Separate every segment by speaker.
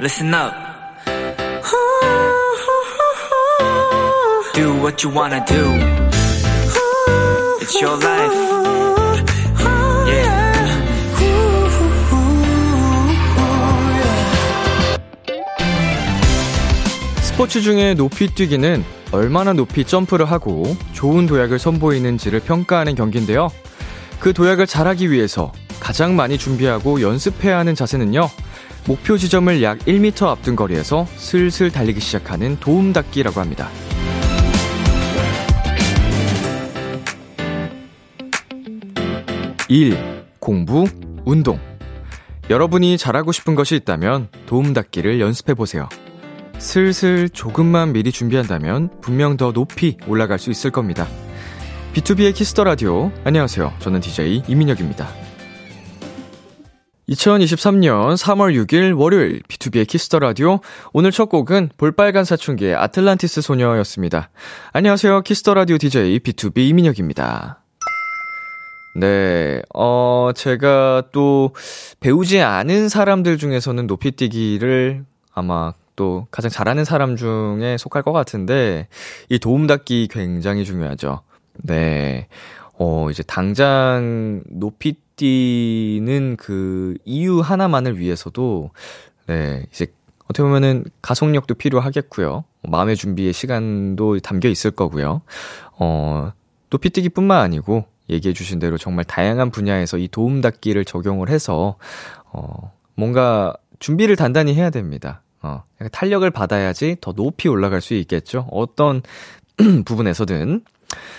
Speaker 1: listen up. Do what you wanna do. It's your life. Yeah.
Speaker 2: 스포츠 중에 높이 뛰기는 얼마나 높이 점프를 하고 좋은 도약을 선보이는지를 평가하는 경기인데요. 그 도약을 잘하기 위해서 가장 많이 준비하고 연습해야 하는 자세는요. 목표 지점을 약 1m 앞둔 거리에서 슬슬 달리기 시작하는 도움닫기라고 합니다. 일 공부, 운동. 여러분이 잘하고 싶은 것이 있다면 도움닫기를 연습해 보세요. 슬슬 조금만 미리 준비한다면 분명 더 높이 올라갈 수 있을 겁니다. B2B의 키스터 라디오. 안녕하세요. 저는 DJ 이민혁입니다. 2023년 3월 6일 월요일 B2B의 키스터 라디오. 오늘 첫 곡은 볼빨간 사춘기의 아틀란티스 소녀였습니다. 안녕하세요. 키스터 라디오 DJ B2B 이민혁입니다. 네, 어, 제가 또 배우지 않은 사람들 중에서는 높이뛰기를 아마 또 가장 잘하는 사람 중에 속할 것 같은데, 이 도움 닫기 굉장히 중요하죠. 네. 어, 이제 당장 높이뛰는 그 이유 하나만을 위해서도, 네, 이제 어떻게 보면은 가속력도 필요하겠고요. 뭐 마음의 준비의 시간도 담겨 있을 거고요. 어, 높이뛰기뿐만 아니고 얘기해 주신 대로 정말 다양한 분야에서 이 도움 닫기를 적용을 해서 어 뭔가 준비를 단단히 해야 됩니다. 어 약간 탄력을 받아야지 더 높이 올라갈 수 있겠죠. 어떤 부분에서든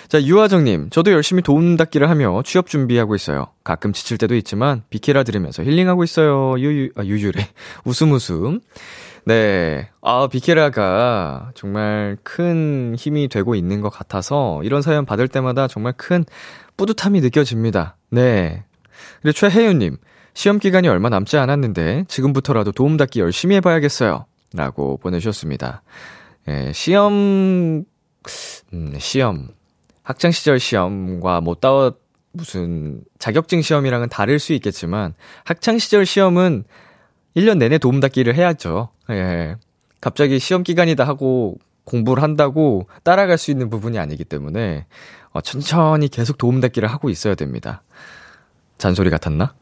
Speaker 2: 자, 유화정님, 저도 열심히 도움 닫기를 하며 취업 준비하고 있어요. 가끔 지칠 때도 있지만, 비키라 들으면서 힐링하고 있어요. 유유, 아, 유유래. 웃음 웃음. 네. 아, 비키라가 정말 큰 힘이 되고 있는 것 같아서, 이런 사연 받을 때마다 정말 큰 뿌듯함이 느껴집니다. 네. 그리고 최혜윤님, 시험 기간이 얼마 남지 않았는데, 지금부터라도 도움 닫기 열심히 해봐야겠어요. 라고 보내주셨습니다. 예, 시험 음, 시험. 학창 시절 시험과 뭐 따와 무슨 자격증 시험이랑은 다를 수 있겠지만 학창 시절 시험은 1년 내내 도움 닫기를 해야죠. 예. 갑자기 시험 기간이다 하고 공부를 한다고 따라갈 수 있는 부분이 아니기 때문에 어, 천천히 계속 도움 닫기를 하고 있어야 됩니다. 잔소리 같았나?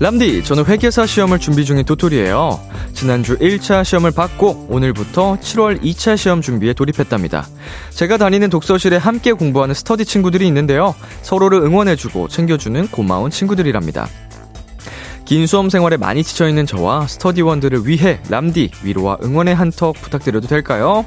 Speaker 2: 람디, 저는 회계사 시험을 준비 중인 도토리예요. 지난주 1차 시험을 받고 오늘부터 7월 2차 시험 준비에 돌입했답니다. 제가 다니는 독서실에 함께 공부하는 스터디 친구들이 있는데요. 서로를 응원해주고 챙겨주는 고마운 친구들이랍니다. 긴 수험 생활에 많이 지쳐있는 저와 스터디원들을 위해 람디 위로와 응원의 한턱 부탁드려도 될까요?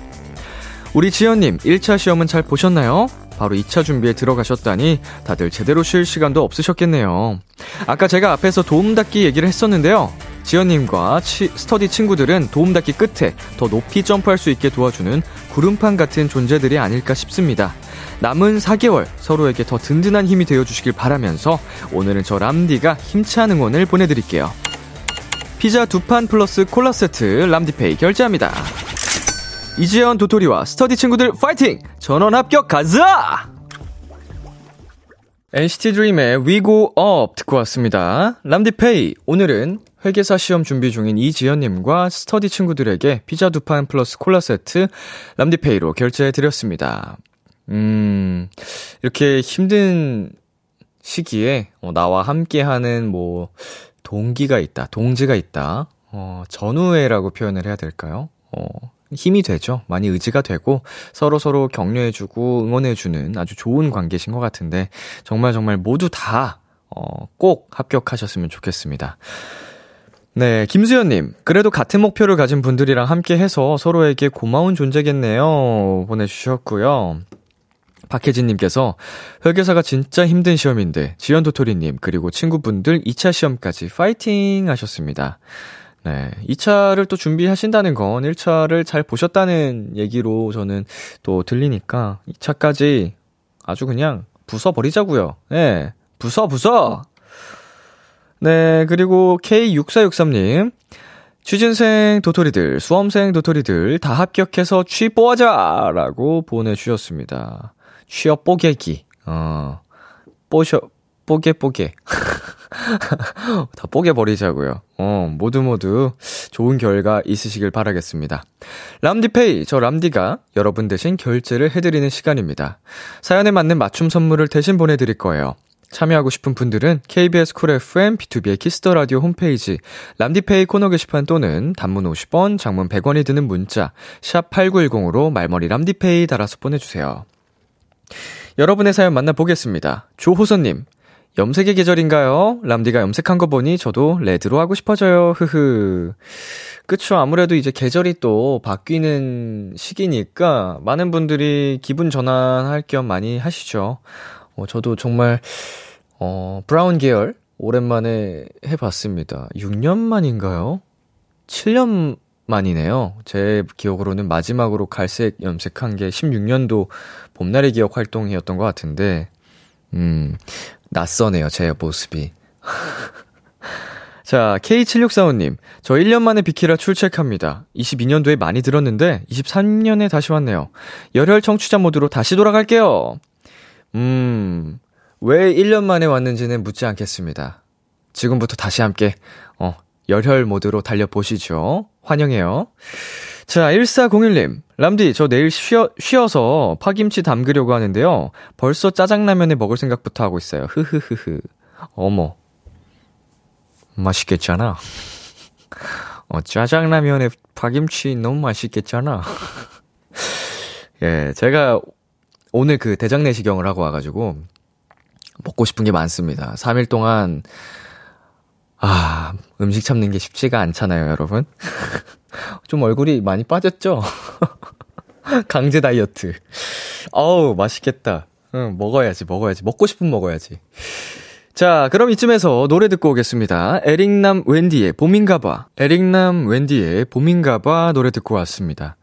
Speaker 2: 우리 지연님, 1차 시험은 잘 보셨나요? 바로 2차 준비에 들어가셨다니 다들 제대로 쉴 시간도 없으셨겠네요. 아까 제가 앞에서 도움닫기 얘기를 했었는데요. 지연님과 치- 스터디 친구들은 도움닫기 끝에 더 높이 점프할 수 있게 도와주는 구름판 같은 존재들이 아닐까 싶습니다. 남은 4개월 서로에게 더 든든한 힘이 되어주시길 바라면서 오늘은 저 람디가 힘찬 응원을 보내드릴게요. 피자 두 판 플러스 콜라 세트 람디페이 결제합니다. 이지연 도토리와 스터디 친구들 파이팅! 전원 합격 가자! NCT 드림의 We Go Up 듣고 왔습니다. 람디페이, 오늘은 회계사 시험 준비 중인 이지연님과 스터디 친구들에게 피자 두 판 플러스 콜라 세트 람디페이로 결제해드렸습니다. 음, 이렇게 힘든 시기에 어, 나와 함께하는 뭐 동기가 있다, 동지가 있다, 어, 전우회라고 표현을 해야 될까요? 어, 힘이 되죠. 많이 의지가 되고 서로 서로 격려해주고 응원해주는 아주 좋은 관계신 것 같은데 정말 정말 모두 다 어, 꼭 합격하셨으면 좋겠습니다. 네, 김수현님. 그래도 같은 목표를 가진 분들이랑 함께 해서 서로에게 고마운 존재겠네요. 보내주셨고요. 박혜진님께서 회계사가 진짜 힘든 시험인데 지연 도토리님 그리고 친구분들 2차 시험까지 파이팅 하셨습니다. 네, 2차를 또 준비하신다는 건 1차를 잘 보셨다는 얘기로 저는 또 들리니까 2차까지 아주 그냥 부숴 버리자고요. 네, 부숴 부숴. 네, 그리고 K6463님 취준생 도토리들, 수험생 도토리들 다 합격해서 취뽀하자! 라고 보내주셨습니다. 취업 뽀개기. 어, 뽀셔, 뽀개, 뽀개. 다 뽀개버리자고요. 어, 모두 모두 좋은 결과 있으시길 바라겠습니다. 람디페이, 저 람디가 여러분 대신 결제를 해드리는 시간입니다. 사연에 맞는 맞춤 선물을 대신 보내드릴 거예요. 참여하고 싶은 분들은 KBS 쿨 FM B2B의 키스터 라디오 홈페이지 람디페이 코너 게시판 또는 단문 50원, 장문 100원이 드는 문자 샵 8910으로 말머리 람디페이 달아서 보내 주세요. 여러분의 사연 만나 보겠습니다. 조호선 님. 염색의 계절인가요? 람디가 염색한 거 보니 저도 레드로 하고 싶어져요. 흐흐. 그쵸. 아무래도 이제 계절이 또 바뀌는 시기니까 많은 분들이 기분 전환할 겸 많이 하시죠. 어, 저도 정말, 어, 브라운 계열 오랜만에 해봤습니다. 6년 만인가요? 7년 만이네요. 제 기억으로는 마지막으로 갈색 염색한 게 16년도 봄날의 기억 활동이었던 것 같은데, 음, 낯서네요, 제 모습이. 자, K7645님. 저 1년 만에 비키라 출첵합니다. 22년도에 많이 들었는데, 23년에 다시 왔네요. 열혈 청취자 모드로 다시 돌아갈게요. 음, 왜 1년 만에 왔는지는 묻지 않겠습니다. 지금부터 다시 함께, 어, 열혈 모드로 달려보시죠. 환영해요. 자, 1401님. 람디, 저 내일 쉬어, 쉬어서 파김치 담그려고 하는데요. 벌써 짜장라면에 먹을 생각부터 하고 있어요. 흐흐흐흐. 어머. 맛있겠잖아. 어, 짜장라면에 파김치 너무 맛있겠잖아. 예, 제가 오늘 그 대장내시경을 하고 와가지고 먹고 싶은 게 많습니다. 3일 동안 아 음식 참는 게 쉽지가 않잖아요, 여러분. 좀 얼굴이 많이 빠졌죠? 강제 다이어트. 어우 맛있겠다. 응 먹어야지 먹어야지 먹고 싶은 먹어야지. 자, 그럼 이쯤에서 노래 듣고 오겠습니다. 에릭남 웬디의 봄인가봐. 에릭남 웬디의 봄인가봐 노래 듣고 왔습니다.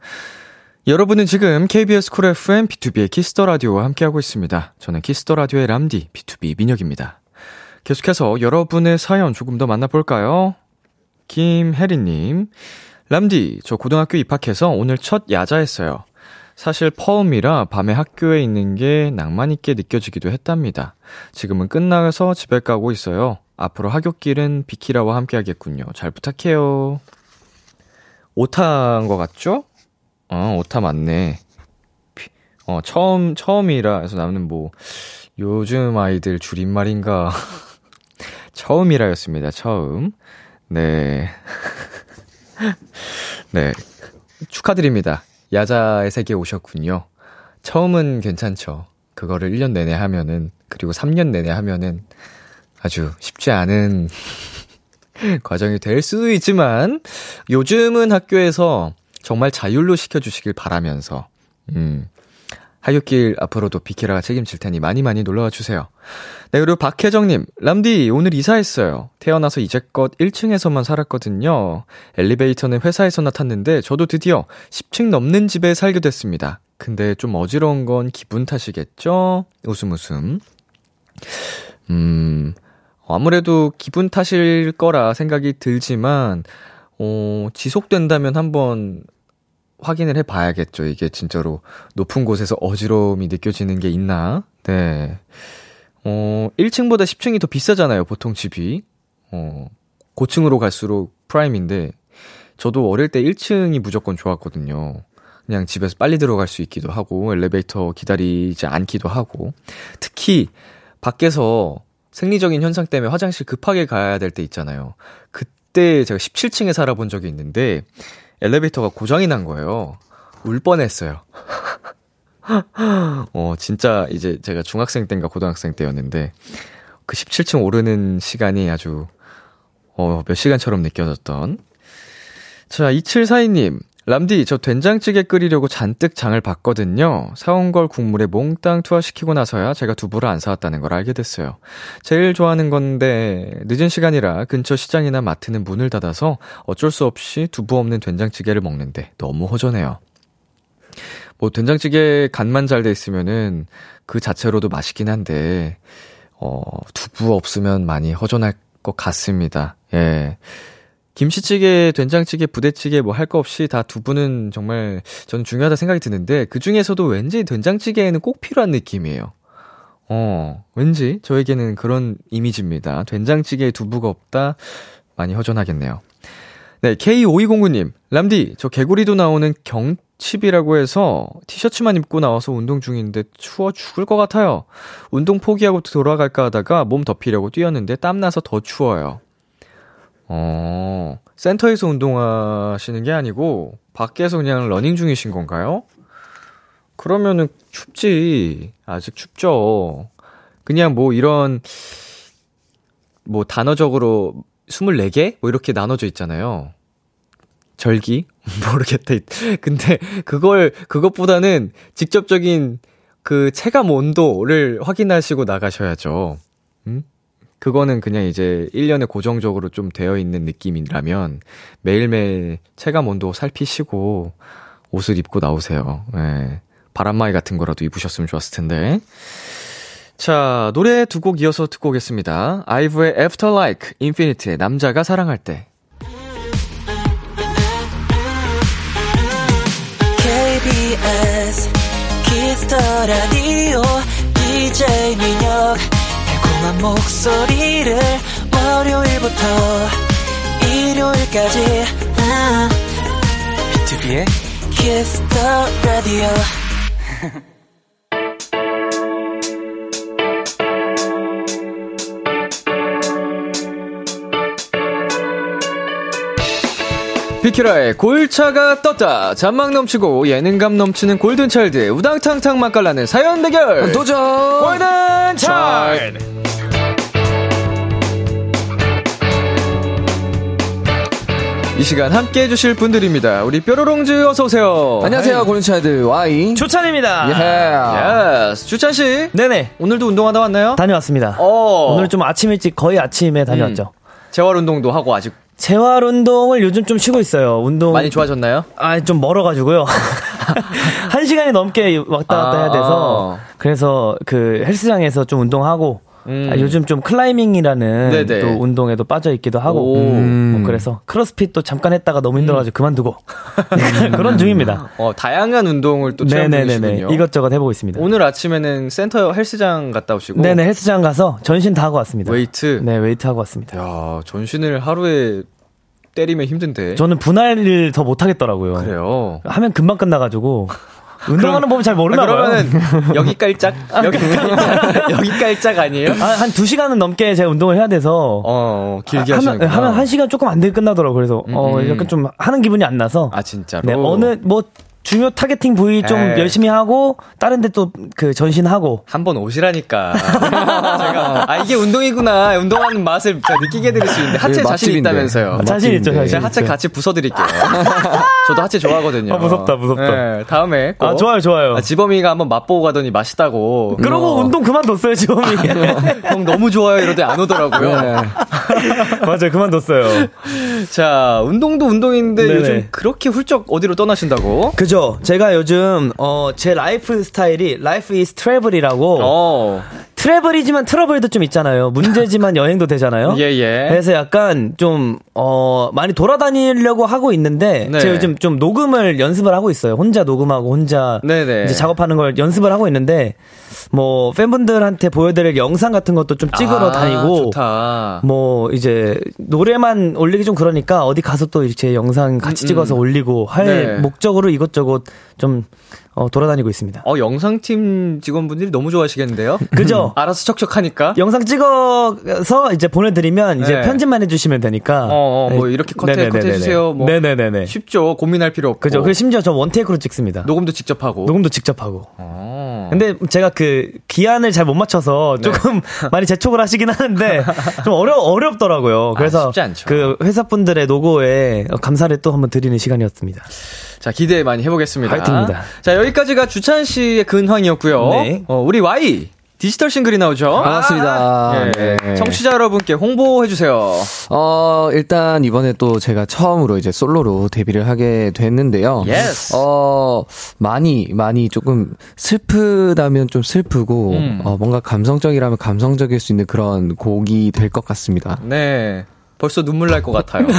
Speaker 2: 여러분은 지금 KBS 쿨 FM B2B의 키스터 라디오와 함께하고 있습니다. 저는 키스터 라디오의 람디 B2B 민혁입니다. 계속해서 여러분의 사연 조금 더 만나볼까요? 김혜리님, 람디, 저 고등학교 입학해서 오늘 첫 야자했어요. 사실 처음이라 밤에 학교에 있는 게 낭만 있게 느껴지기도 했답니다. 지금은 끝나서 집에 가고 있어요. 앞으로 하교길은 비키라와 함께하겠군요. 잘 부탁해요. 오타인 것 같죠? 어, 오타 맞네. 피- 어, 처음, 처음이라 해서 나는 뭐, 요즘 아이들 줄임말인가. 처음이라 였습니다, 처음. 네. 네. 축하드립니다. 야자의 세계에 오셨군요. 처음은 괜찮죠. 그거를 1년 내내 하면은, 그리고 3년 내내 하면은 아주 쉽지 않은 과정이 될 수도 있지만 요즘은 학교에서 정말 자율로 시켜주시길 바라면서 음 하굣길 앞으로도 비키라가 책임질 테니 많이 많이 놀러와 주세요. 네 그리고 박혜정님 람디 오늘 이사했어요. 태어나서 이제껏 1층에서만 살았거든요. 엘리베이터는 회사에서나 탔는데 저도 드디어 10층 넘는 집에 살게 됐습니다. 근데 좀 어지러운 건 기분 탓이겠죠? 웃음 웃음. 음, 아무래도 기분 탓일 거라 생각이 들지만, 어, 지속된다면 한번 확인을 해 봐야겠죠. 이게 진짜로 높은 곳에서 어지러움이 느껴지는 게 있나? 네. 어, 1층보다 10층이 더 비싸잖아요. 보통 집이. 어, 고층으로 갈수록 프라임인데 저도 어릴 때 1층이 무조건 좋았거든요. 그냥 집에서 빨리 들어갈 수 있기도 하고 엘리베이터 기다리지 않기도 하고 특히 밖에서 생리적인 현상 때문에 화장실 급하게 가야 될 때 있잖아요. 그때 제가 17층에 살아본 적이 있는데 엘리베이터가 고장이 난 거예요. 울 뻔했어요. 어, 진짜 이제 제가 중학생 때인가 고등학생 때였는데 그 17층 오르는 시간이 아주 어, 몇 시간처럼 느껴졌던 자, 2742님. 람디, 저 된장찌개 끓이려고 잔뜩 장을 봤거든요. 사온 걸 국물에 몽땅 투하시키고 나서야 제가 두부를 안 사왔다는 걸 알게 됐어요. 제일 좋아하는 건데, 늦은 시간이라 근처 시장이나 마트는 문을 닫아서 어쩔 수 없이 두부 없는 된장찌개를 먹는데 너무 허전해요. 뭐, 된장찌개 간만 잘 돼 있으면은 그 자체로도 맛있긴 한데, 어, 두부 없으면 많이 허전할 것 같습니다. 예. 김치찌개, 된장찌개, 부대찌개 뭐 할 거 없이 다 두부는 정말 저는 중요하다 생각이 드는데 그 중에서도 왠지 된장찌개에는 꼭 필요한 느낌이에요. 어, 왠지 저에게는 그런 이미지입니다. 된장찌개에 두부가 없다 많이 허전하겠네요. 네, K5209님, 람디, 저 개구리도 나오는 경칩이라고 해서 티셔츠만 입고 나와서 운동 중인데 추워 죽을 것 같아요. 운동 포기하고 돌아갈까 하다가 몸 덮이려고 뛰었는데 땀나서 더 추워요. 어, 센터에서 운동하시는 게 아니고, 밖에서 그냥 러닝 중이신 건가요? 그러면은 춥지. 아직 춥죠. 그냥 뭐 이런, 뭐 단어적으로 24개? 뭐 이렇게 나눠져 있잖아요. 절기? 모르겠다. 근데 그걸, 그것보다는 직접적인 그 체감 온도를 확인하시고 나가셔야죠. 음? 그거는 그냥 이제 1년에 고정적으로 좀 되어 있는 느낌이라면 매일매일 체감 온도 살피시고 옷을 입고 나오세요. 예. 바람막이 같은 거라도 입으셨으면 좋았을 텐데. 자, 노래 두 곡 이어서 듣고 오겠습니다. 아이브의 After Like, 인피니트의 남자가 사랑할 때.
Speaker 3: KBS 키스터 라디오 DJ 민혁 달콤한 목소리를 월요일부터 일요일까지 아,
Speaker 1: 비투비의
Speaker 3: 키스터 라디오
Speaker 2: 비키라의 골차가 떴다. 잔망 넘치고 예능감 넘치는 골든차일드 우당탕탕 맛깔나는 사연 대결.
Speaker 1: 도전!
Speaker 2: 골든차일드. 이 시간 함께 해주실 분들입니다. 우리 뾰로롱즈 어서오세요.
Speaker 1: 안녕하세요, 고른차이드 와이.
Speaker 4: 초찬입니다.
Speaker 1: 예.
Speaker 2: 예스. 주찬씨.
Speaker 4: 네네.
Speaker 2: 오늘도 운동하다 왔나요?
Speaker 4: 다녀왔습니다.
Speaker 2: 어. 음.
Speaker 4: 오늘 좀 아침 일찍 거의 아침에 다녀왔죠.
Speaker 2: 재활 운동도 하고 아직
Speaker 4: 재활 운동을 요즘 좀 쉬고 있어요. 운동
Speaker 2: 많이 좋아졌나요?
Speaker 4: 아, 좀 멀어가지고요. 한 시간이 넘게 왔다 갔다 해야 돼서
Speaker 2: 아.
Speaker 4: 그래서 그 헬스장에서 좀 운동하고
Speaker 2: 음.
Speaker 4: 아, 요즘 좀 클라이밍이라는
Speaker 2: 네네.
Speaker 4: 또 운동에도 빠져 있기도 하고
Speaker 2: 오. 음.
Speaker 4: 뭐 그래서 크로스핏도 잠깐 했다가 너무 힘들어가지고 그만두고 그런 중입니다.
Speaker 2: 어, 다양한 운동을 또 체험
Speaker 4: 네네네네
Speaker 2: 중이시군요.
Speaker 4: 이것저것 해보고 있습니다.
Speaker 2: 오늘 아침에는 센터 헬스장 갔다 오시고
Speaker 4: 네네 헬스장 가서 전신 다 하고 왔습니다.
Speaker 2: 웨이트.
Speaker 4: 네 웨이트 하고 왔습니다.
Speaker 2: 야, 전신을 하루에 때리면 힘든데.
Speaker 4: 저는 분할을 더 못하겠더라고요.
Speaker 2: 네. 그래요.
Speaker 4: 하면 금방 끝나가지고 운동하는 법을 잘 모르나
Speaker 2: 아,
Speaker 4: 봐요.
Speaker 2: 그러면은 여기 깔짝 여기 깔짝 여기 깔짝 아니에요?
Speaker 4: 아, 한 2시간은 넘게 제가 운동을 해야 돼서
Speaker 2: 어, 길게
Speaker 4: 아, 하면,
Speaker 2: 하시는구나.
Speaker 4: 하면 1시간 조금 안 되게 끝나더라고요. 그래서 어,
Speaker 2: 음.
Speaker 4: 약간 좀 하는 기분이 안 나서
Speaker 2: 아, 진짜로.
Speaker 4: 네, 어느 뭐 중요 타겟팅 부위 좀
Speaker 2: 에이.
Speaker 4: 열심히 하고 다른 데 또 그 전신하고
Speaker 2: 한 번 오시라니까. 제가 아 이게 운동이구나. 운동하는 맛을 제가 느끼게 드릴 수 있는데 하체
Speaker 1: 예,
Speaker 2: 자신
Speaker 1: 맛집인데.
Speaker 2: 있다면서요.
Speaker 4: 자신 있죠,
Speaker 1: 맛집인데.
Speaker 4: 자신
Speaker 2: 제가 하체
Speaker 4: 있죠.
Speaker 2: 같이 부숴드릴게요. 저도 하체 좋아하거든요.
Speaker 4: 아, 무섭다, 무섭다.
Speaker 2: 네, 다음에. 꼭.
Speaker 4: 아, 좋아요, 좋아요. 음.
Speaker 2: 아, 지범이가 한번 맛보고 가더니 맛있다고.
Speaker 4: 그러고 운동 그만뒀어요, 지금. 뭐.
Speaker 2: 형 너무 좋아요 이러더니 안 오더라고요.
Speaker 1: 네.
Speaker 4: 맞아요, 그만뒀어요.
Speaker 2: 자, 운동도 운동인데
Speaker 4: 네네.
Speaker 2: 요즘 그렇게 훌쩍 어디로 떠나신다고?
Speaker 4: 그죠. 그쵸. 제가 요즘, 어, 제 라이프 스타일이 라이프 이스 트래블이라고.
Speaker 2: 어.
Speaker 4: 트래블이지만 트러블도 좀 있잖아요. 문제지만 여행도 되잖아요.
Speaker 2: 예, 예.
Speaker 4: 그래서 약간 좀, 어, 많이 돌아다니려고 하고 있는데,
Speaker 2: 네.
Speaker 4: 제가 요즘 좀 녹음을 연습을 하고 있어요. 혼자 녹음하고, 혼자
Speaker 2: 네네.
Speaker 4: 이제 작업하는 걸 연습을 하고 있는데, 뭐, 팬분들한테 보여드릴 영상 같은 것도 좀 찍으러
Speaker 2: 아,
Speaker 4: 다니고,
Speaker 2: 좋다.
Speaker 4: 뭐, 이제, 노래만 올리기 좀 그러니까, 어디 가서 또 이렇게 영상 같이 찍어서 올리고, 할
Speaker 2: 음, 네.
Speaker 4: 목적으로 이것저것 좀, 어, 돌아다니고 있습니다.
Speaker 2: 어, 영상팀 직원분들이 너무 좋아하시겠는데요?
Speaker 4: 그죠?
Speaker 2: 알아서 척척하니까.
Speaker 4: 영상 찍어서 이제 보내드리면 이제
Speaker 2: 네.
Speaker 4: 편집만 해주시면 되니까. 네.
Speaker 2: 어, 어, 뭐 이렇게 컷해, 컷해주세요, 뭐.
Speaker 4: 아, 네네네네.
Speaker 2: 쉽죠. 고민할 필요 없고.
Speaker 4: 그죠. 그리고 심지어 저 원테이크로 찍습니다.
Speaker 2: 녹음도 직접 하고.
Speaker 4: 녹음도 직접 하고.
Speaker 2: 어.
Speaker 4: 근데 제가 그 기한을 잘 못 맞춰서
Speaker 2: 네.
Speaker 4: 조금 많이 재촉을 하시긴 하는데 좀 어려 어렵더라고요. 그래서
Speaker 2: 아, 쉽지 않죠.
Speaker 4: 그 회사분들의 노고에 감사를 또 한번 드리는 시간이었습니다.
Speaker 2: 자, 기대 많이 해보겠습니다.
Speaker 4: 화이팅입니다.
Speaker 2: 자, 여기까지가 주찬 씨의 근황이었고요.
Speaker 4: 네.
Speaker 2: 어, 우리 Y 디지털 싱글이 나오죠.
Speaker 1: 반갑습니다.
Speaker 2: 아, 예.
Speaker 1: 네.
Speaker 2: 청취자 여러분께 홍보해주세요.
Speaker 1: 어, 일단 이번에 또 제가 처음으로 이제 솔로로 데뷔를 하게 됐는데요.
Speaker 2: Yes.
Speaker 1: 어, 많이, 많이 조금 슬프다면 좀 슬프고,
Speaker 2: 음.
Speaker 1: 어, 뭔가 감성적이라면 감성적일 수 있는 그런 곡이 될 것 같습니다.
Speaker 2: 네. 벌써 눈물 날 것 같아요.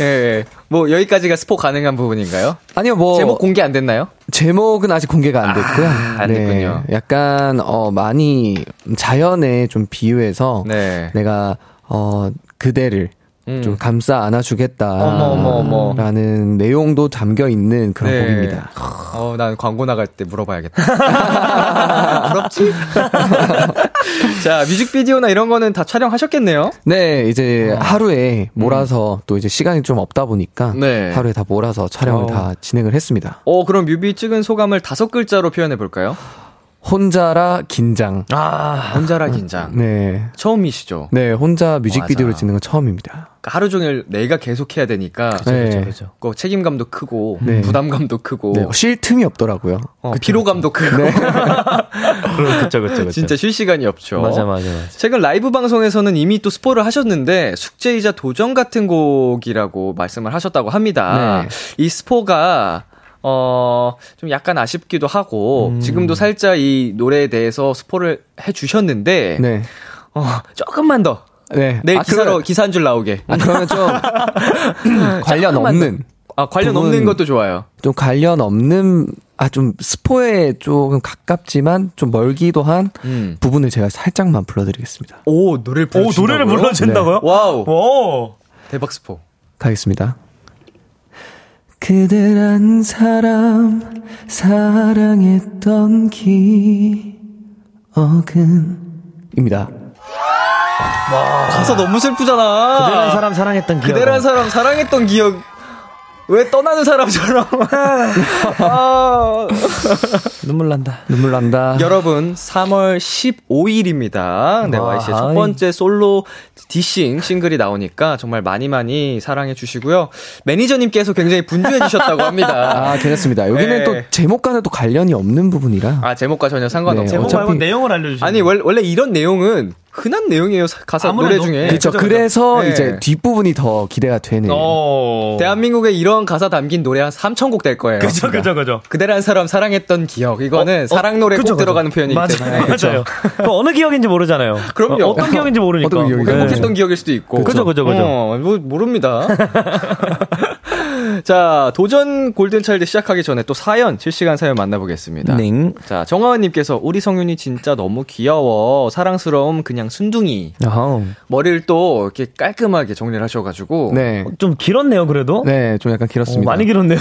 Speaker 2: 예, 예. 뭐, 여기까지가 스포 가능한 부분인가요?
Speaker 1: 아니요,
Speaker 4: 어.
Speaker 1: 뭐.
Speaker 2: 제목 공개 안 됐나요?
Speaker 1: 제목은 아직 공개가 안 됐고요. 네.
Speaker 2: 안 됐군요.
Speaker 1: 약간 어 많이 자연에 좀
Speaker 4: 어.
Speaker 1: 비유해서
Speaker 2: 네.
Speaker 1: 내가 어 그대를
Speaker 2: 음.
Speaker 1: 좀 감싸
Speaker 2: 어머, 어머, 어머.
Speaker 1: 안아주겠다라는 내용도 담겨 있는 그런
Speaker 2: 네.
Speaker 1: 곡입니다.
Speaker 2: 어, 난 광고 나갈 때 물어봐야겠다. 부럽지? 자, 뮤직비디오나 이런 거는 다 촬영하셨겠네요?
Speaker 1: 네,
Speaker 2: 어.
Speaker 1: 이제 하루에 몰아서 또 이제 시간이 좀 없다 보니까
Speaker 2: 음. 네.
Speaker 1: 하루에 다 몰아서 촬영을
Speaker 2: 어.
Speaker 1: 다 진행을 했습니다.
Speaker 2: 어, 그럼 뮤비 찍은 소감을 다섯 글자로 표현해 볼까요?
Speaker 1: 혼자라 긴장.
Speaker 4: 아
Speaker 2: 혼자라 긴장.
Speaker 1: 네.
Speaker 2: 처음이시죠?
Speaker 1: 네, 혼자 뮤직비디오를
Speaker 2: 맞아.
Speaker 1: 찍는 건 처음입니다.
Speaker 2: 그러니까 하루 종일 내가 계속 해야 되니까
Speaker 1: 네.
Speaker 4: 그죠.
Speaker 2: 그 책임감도 크고
Speaker 1: 네.
Speaker 2: 부담감도 크고
Speaker 1: 네, 쉴 틈이 없더라고요.
Speaker 2: 어, 피로감도 크고
Speaker 4: 그렇죠 그렇죠.
Speaker 2: 진짜 쉴 시간이 없죠.
Speaker 4: 맞아 맞아 맞아.
Speaker 2: 최근 라이브 방송에서는 이미 또 스포를 하셨는데 숙제이자 도전 같은 곡이라고 말씀을 하셨다고 합니다.
Speaker 1: 네.
Speaker 2: 이 스포가 어, 좀 약간 아쉽기도 하고, 지금도 살짝 이 노래에 대해서 스포를 해 주셨는데,
Speaker 1: 네.
Speaker 2: 어, 조금만 더,
Speaker 1: 네.
Speaker 2: 내
Speaker 1: 아,
Speaker 2: 기사로,
Speaker 1: 그러면-
Speaker 2: 기사 한 줄 나오게.
Speaker 1: 아, 그러면 좀 관련 없는
Speaker 2: 아, 관련
Speaker 1: 부분-
Speaker 2: 없는 것도 좋아요.
Speaker 1: 좀 관련 없는 아 좀 스포에 조금 가깝지만 좀 멀기도 한
Speaker 2: 음.
Speaker 1: 부분을 제가 살짝만 불러드리겠습니다.
Speaker 2: 오, 노래를
Speaker 4: 오
Speaker 2: 부르신다고요?
Speaker 4: 노래를 불러준다고요?
Speaker 2: 와우.
Speaker 4: 오.
Speaker 2: 대박 스포.
Speaker 1: 가겠습니다. 그대란 사람 사랑했던 기억은입니다.
Speaker 2: 가사 너무 슬프잖아.
Speaker 4: 그대란 사람 사랑했던 기억.
Speaker 2: 그대란 사람 사랑했던 기억 왜 떠나는 사람처럼 아.
Speaker 4: 눈물 난다.
Speaker 1: 눈물 난다.
Speaker 2: 여러분 3월 15일입니다. 네,
Speaker 4: 와,
Speaker 2: 와이 씨의 첫
Speaker 4: 아이.
Speaker 2: 번째 솔로 디싱 싱글이 나오니까 정말 많이 많이 사랑해 주시고요. 매니저님께서 굉장히 분주해 주셨다고 합니다.
Speaker 1: 아, 그렇습니다. 여기는
Speaker 4: 예.
Speaker 2: 네.
Speaker 1: 또 제목과는 또 관련이 없는 부분이라.
Speaker 2: 아, 제목과 전혀
Speaker 1: 네,
Speaker 2: 상관없고.
Speaker 1: 제목
Speaker 4: 어차피
Speaker 1: 말고
Speaker 4: 내용을 알려주세요.
Speaker 2: 아니, 월- 원래 이런 내용은 흔한 내용이에요. 사- 가사 노래
Speaker 4: 아무래도.
Speaker 2: 중에.
Speaker 1: 그렇죠.
Speaker 4: 예, 그죠, 그죠.
Speaker 1: 그래서
Speaker 2: 네.
Speaker 1: 이제 뒷부분이 더 기대가 되는.
Speaker 4: 어.
Speaker 2: 대한민국에 이런 가사 담긴 노래 한 3,000곡 될 거예요.
Speaker 4: 그죠 그죠 그죠.
Speaker 2: 그대란 사람 사랑했던 기억. 이거는 네, 사랑 노래
Speaker 4: 어?
Speaker 2: 꼭
Speaker 4: 그쵸, 그쵸.
Speaker 2: 들어가는 표현이기
Speaker 4: 맞아요.
Speaker 2: 때문에. 그렇죠.
Speaker 4: 맞아요. 그 어느 기억인지 모르잖아요.
Speaker 2: 그럼요.
Speaker 4: 어, 떤 기억인지 모르니까.
Speaker 1: 어떤 기억인지.
Speaker 4: 네.
Speaker 2: 행복했던 기억일 수도 있고.
Speaker 4: 그쵸, 그쵸, 그쵸.
Speaker 2: 어, 뭐, 모릅니다. 자, 도전 골든차일드 시작하기 전에 또 사연, 실시간 사연 만나보겠습니다.
Speaker 4: 네.
Speaker 2: 자, 정화원님께서 우리 성윤이 진짜 너무 귀여워. 사랑스러움 그냥 순둥이.
Speaker 4: 아하.
Speaker 2: 머리를 또 이렇게 깔끔하게 정리를 하셔가지고.
Speaker 1: 네.
Speaker 4: 어, 좀 길었네요, 그래도.
Speaker 1: 네, 좀 약간 길었습니다.
Speaker 4: 어, 많이 어. 길었네요.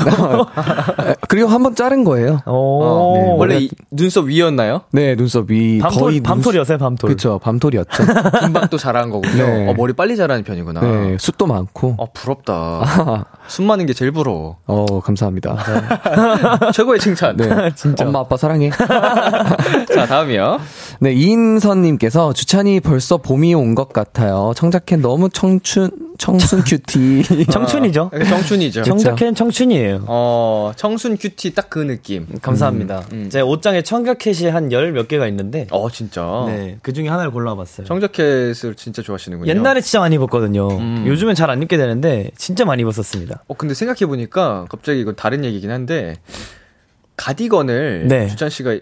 Speaker 1: 그리고 한 번 자른 거예요.
Speaker 4: 오.
Speaker 1: 네.
Speaker 2: 아, 어, 원래 이 눈썹 위였나요?
Speaker 1: 네, 눈썹이
Speaker 4: 밤톨,
Speaker 1: 거의
Speaker 4: 밤톨이었어요, 밤톨.
Speaker 1: 그렇죠. 밤톨이었죠.
Speaker 2: 금방 또 자란 거군요.
Speaker 1: 네.
Speaker 2: 어, 머리 빨리 자라는 편이구나.
Speaker 4: 아.
Speaker 1: 네, 숱도 많고.
Speaker 4: 어.
Speaker 2: 아, 부럽다. 숨 많은 게 제일 부러워.
Speaker 1: 어,
Speaker 4: 네.
Speaker 1: 감사합니다.
Speaker 2: 최고의 칭찬.
Speaker 1: 네.
Speaker 4: 진짜.
Speaker 1: 엄마 아빠 사랑해.
Speaker 2: 자, 다음이요.
Speaker 1: 네, 이인선 님께서 주찬이 벌써 봄이 온 것 같아요. 청자켓 너무 청춘 청순 큐티.
Speaker 4: 청춘이죠.
Speaker 2: 약간 청춘이죠.
Speaker 1: 청-
Speaker 4: 청자켓은 청춘이에요.
Speaker 2: 아, 어, 청순 큐티 딱 그 느낌.
Speaker 4: 감사합니다.
Speaker 2: 음.
Speaker 4: 제 옷장에 청자켓이 한 열 몇 개가 있는데
Speaker 2: 어, 진짜.
Speaker 4: 네, 그 중에 하나를 골라봤어요.
Speaker 2: 청자켓을 진짜 좋아하시는군요.
Speaker 4: 옛날에 진짜 많이 입었거든요.
Speaker 2: 음.
Speaker 4: 요즘엔 잘 안 입게 되는데 진짜 많이 입었었습니다.
Speaker 2: 어, 근데 생각해보니까 갑자기 이건 다른 얘기긴 한데, 가디건을
Speaker 4: 네.
Speaker 2: 주찬 씨가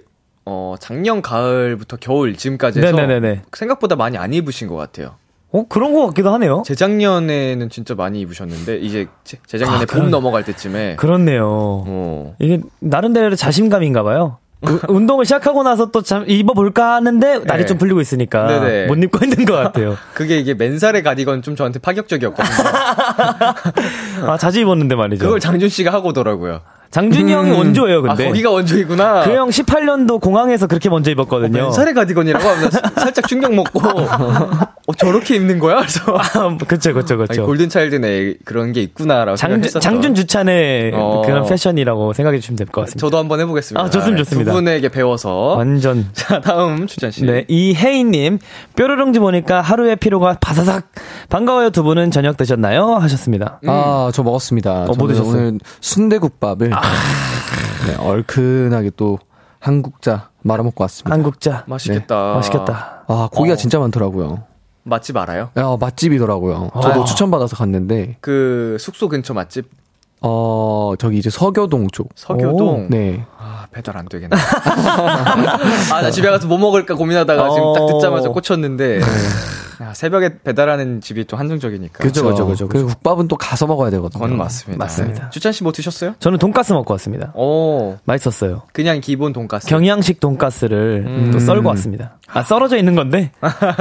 Speaker 2: 어, 작년 가을부터 겨울 지금까지 해서
Speaker 4: 네네네네.
Speaker 2: 생각보다 많이 안 입으신 것 같아요.
Speaker 4: 어 그런 것 같기도 하네요.
Speaker 2: 재작년에는 진짜 많이 입으셨는데, 이제 재- 재작년에
Speaker 4: 아,
Speaker 2: 봄
Speaker 4: 그런-
Speaker 2: 넘어갈 때쯤에.
Speaker 4: 그렇네요.
Speaker 2: 어.
Speaker 4: 이게 나름대로 자신감인가 봐요. 우- 운동을 시작하고 나서 또 참 입어볼까 하는데 날이
Speaker 2: 네.
Speaker 4: 좀 풀리고 있으니까
Speaker 2: 네네.
Speaker 4: 못 입고 있는 것 같아요.
Speaker 2: 그게 이게 맨살의 가디건 좀 저한테 파격적이었거든요.
Speaker 4: 아 자주 입었는데 말이죠.
Speaker 2: 그걸 장준 씨가 하고 오더라고요.
Speaker 4: 장준이 형이 원조예요,
Speaker 2: 아,
Speaker 4: 근데.
Speaker 2: 거기가 원조이구나.
Speaker 4: 그 형 18년도 공항에서 그렇게 먼저 입었거든요.
Speaker 2: 맨살의 가디건이라고 하면 사- 살짝 충격 먹고 어, 저렇게 입는 거야? 그래서
Speaker 4: 아, 그쵸, 그쵸,
Speaker 2: 아니,
Speaker 4: 그쵸.
Speaker 2: 골든차일드네 그런 게 있구나라고
Speaker 4: 장준,
Speaker 2: 생각했었죠.
Speaker 4: 장준 주찬의
Speaker 2: 어.
Speaker 4: 그런 패션이라고 생각해 주시면 될 것 같습니다.
Speaker 2: 저도 한번 해보겠습니다.
Speaker 4: 아, 좋습니다,
Speaker 2: 네,
Speaker 4: 좋습니다.
Speaker 2: 두 분에게 배워서
Speaker 4: 완전.
Speaker 2: 자 다음 추찬 씨.
Speaker 4: 네, 이혜인님, 뾰로롱지 보니까 하루의 피로가 바사삭. 반가워요, 두 분은 저녁 드셨나요? 하셨습니다.
Speaker 1: 아, 저 먹었습니다.
Speaker 4: 뭐
Speaker 1: 저는
Speaker 4: 드셨어요?
Speaker 1: 오늘 순대국밥을 네, 얼큰하게 또 한국자 말아 먹고 왔습니다.
Speaker 4: 한국자.
Speaker 2: 맛있겠다.
Speaker 4: 네, 맛있겠다.
Speaker 1: 아, 고기가
Speaker 2: 어.
Speaker 1: 진짜 많더라고요.
Speaker 2: 맛집 알아요?
Speaker 1: 야, 맛집이더라고요. 저도 추천받아서 갔는데
Speaker 2: 그 숙소 근처 맛집
Speaker 1: 어, 저기 이제 서교동 쪽.
Speaker 2: 서교동.
Speaker 1: 네.
Speaker 2: 아 배달 안 되겠네. 아 나 집에 가서 뭐 먹을까 고민하다가 지금
Speaker 4: 어.
Speaker 2: 딱 듣자마자 꽂혔는데
Speaker 4: 네.
Speaker 2: 아, 새벽에 배달하는 집이 또 한정적이니까.
Speaker 1: 그죠, 그죠, 그죠. 그 국밥은 또 가서 먹어야 되거든요.
Speaker 2: 그건 맞습니다.
Speaker 4: 네. 맞습니다.
Speaker 2: 추찬 씨 뭐 드셨어요?
Speaker 4: 저는 돈가스 먹고 왔습니다.
Speaker 2: 오
Speaker 4: 맛있었어요.
Speaker 2: 어, 그냥 기본 돈가스.
Speaker 4: 경양식 돈가스를
Speaker 2: 음.
Speaker 4: 또 썰고 왔습니다. 아, 썰어져 있는 건데.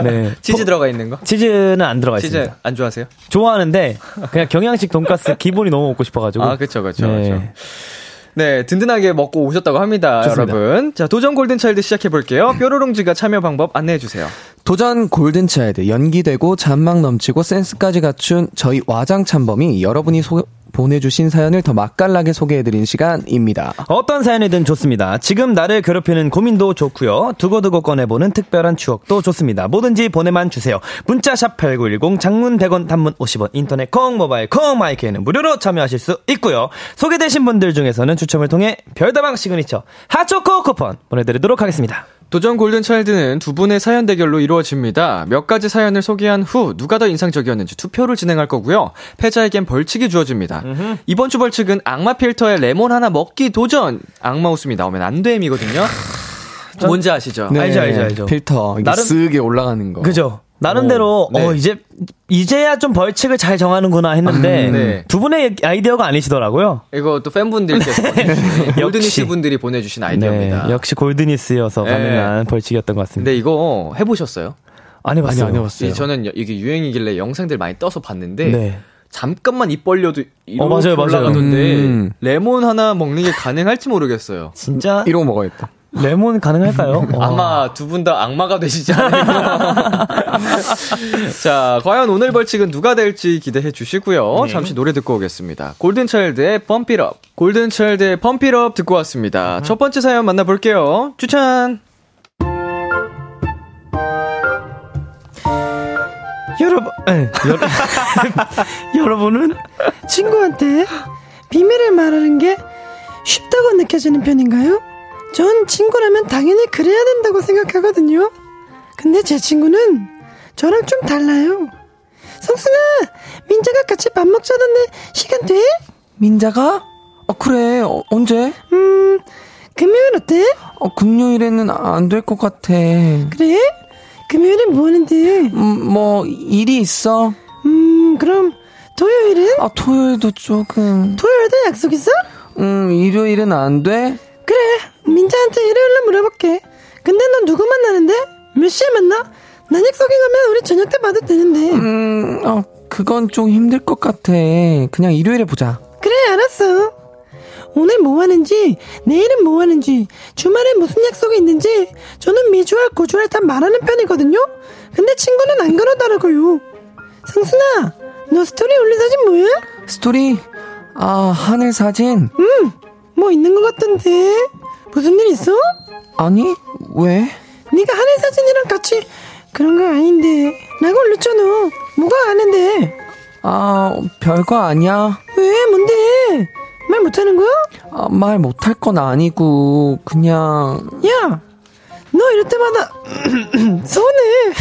Speaker 4: 네.
Speaker 2: 치즈 들어가 있는 거?
Speaker 4: 치즈는 안 들어가
Speaker 2: 치즈
Speaker 4: 있습니다.
Speaker 2: 안 좋아하세요?
Speaker 4: 좋아하는데 그냥 경양식 돈가스 기본이 너무 먹고 싶어가지고.
Speaker 2: 아, 그쵸, 그쵸,
Speaker 4: 네.
Speaker 2: 그쵸. 네, 든든하게 먹고 오셨다고 합니다,
Speaker 4: 좋습니다.
Speaker 2: 여러분. 자, 도전 골든차일드 시작해볼게요. 뾰로롱즈가 참여 방법 안내해주세요.
Speaker 1: 도전 골든차일드 연기되고 잔망 넘치고 센스까지 갖춘 저희 와장참범이 여러분이 소- 보내주신 사연을 더 맛깔나게 소개해드린 시간입니다.
Speaker 4: 어떤 사연이든 좋습니다. 지금 나를 괴롭히는 고민도 좋고요. 두고두고 꺼내보는 특별한 추억도 좋습니다. 뭐든지 보내만 주세요. 문자 샵 #8910 장문 100원, 단문 50원, 인터넷 콩, 모바일 콩, 마이크에는 무료로 참여하실 수 있고요. 소개되신 분들 중에서는 추첨을 통해 별다방 시그니처 핫초코 쿠폰 보내드리도록 하겠습니다.
Speaker 2: 도전 골든차일드는 두 분의 사연 대결로 이루어집니다. 몇 가지 사연을 소개한 후 누가 더 인상적이었는지 투표를 진행할 거고요. 패자에겐 벌칙이 주어집니다. 이번 주 벌칙은 악마 필터에 레몬 하나 먹기 도전! 악마 웃음이 나오면 안 됨이거든요. 뭔지 아시죠?
Speaker 1: 네,
Speaker 4: 알죠, 알죠, 알죠.
Speaker 1: 필터 이게
Speaker 4: 나름-
Speaker 1: 쓱에 올라가는 거.
Speaker 4: 그죠? 나름대로
Speaker 2: 오, 네.
Speaker 4: 어 이제 이제야 좀 벌칙을 잘 정하는구나 했는데
Speaker 2: 음, 네.
Speaker 4: 두 분의 아이디어가 아니시더라고요.
Speaker 2: 이거 또 팬분들께서 보내주신,
Speaker 4: 네. 역시.
Speaker 2: 골든이시 분들이 보내주신 아이디어입니다.
Speaker 4: 네, 역시 골드니스여서
Speaker 2: 네.
Speaker 4: 가능한 벌칙이었던 것 같습니다.
Speaker 2: 근데 이거 해보셨어요?
Speaker 4: 안 네. 해봤어요.
Speaker 1: 아니요, 안 해봤어요.
Speaker 2: 이 저는 여- 이게 유행이길래 영상들 많이 떠서 봤는데
Speaker 4: 네.
Speaker 2: 잠깐만 입 벌려도 이렇게
Speaker 4: 어, 맞아요, 맞아요.
Speaker 2: 올라가던데
Speaker 1: 음.
Speaker 2: 레몬 하나 먹는 게 가능할지 모르겠어요.
Speaker 4: 진짜
Speaker 1: 이러고 먹어야겠다.
Speaker 4: 음, 레몬 가능할까요? 어.
Speaker 2: 아마 두 분 다 악마가 되시지 않을까. 자, 과연 오늘 벌칙은 누가 될지 기대해 주시고요.
Speaker 4: 네.
Speaker 2: 잠시 노래 듣고 오겠습니다. 골든차일드의 펌필업. 골든차일드의 펌필업 듣고 왔습니다.
Speaker 4: 음.
Speaker 2: 첫 번째 사연 만나볼게요. 추천!
Speaker 4: 여러분, 네. 에, 여, 여러분은 친구한테 비밀을 말하는 게
Speaker 5: 쉽다고 느껴지는 편인가요? 전 친구라면 당연히 그래야 된다고 생각하거든요. 근데 제 친구는 저랑 좀 달라요. 성순아, 민자가 같이 밥 먹자던데 시간 돼?
Speaker 1: 민자가? 어 그래 어, 언제?
Speaker 5: 음, 금요일 어때?
Speaker 1: 어 금요일에는 안 될 것 같아.
Speaker 5: 그래? 금요일에 뭐 하는데?
Speaker 1: 음 뭐 일이 있어.
Speaker 5: 음, 그럼 토요일은?
Speaker 1: 아 토요일도 조금.
Speaker 5: 토요일도 약속 있어?
Speaker 1: 음 일요일은 안 돼.
Speaker 5: 그래, 민자한테 일요일로 물어볼게. 근데 넌 누구 만나는데? 몇 시에 만나? 난 약속에 가면 우리 저녁 때 봐도 되는데.
Speaker 1: 음어 아, 그건 좀 힘들 것 같아. 그냥 일요일에 보자.
Speaker 5: 그래 알았어 오늘 뭐 하는지 내일은 뭐 하는지 주말에 무슨 약속이 있는지 저는 미주알 고주알 다 말하는 편이거든요 근데 친구는 안 그러더라고요 상순아 너 스토리 올린 사진 뭐야?
Speaker 1: 스토리 아 하늘 사진
Speaker 5: 뭐 있는 것 같던데 무슨 일 있어?
Speaker 1: 아니 왜?
Speaker 5: 네가 하늘 사진이랑 같이 그런 거 아닌데 라고 올렸잖아 뭐가 아는데
Speaker 1: 아, 별거 아니야.
Speaker 5: 왜 뭔데? 말 못하는 거야?
Speaker 1: 아, 말 못할 건 아니고, 그냥.
Speaker 5: 야, 너 이럴 때마다 서운해.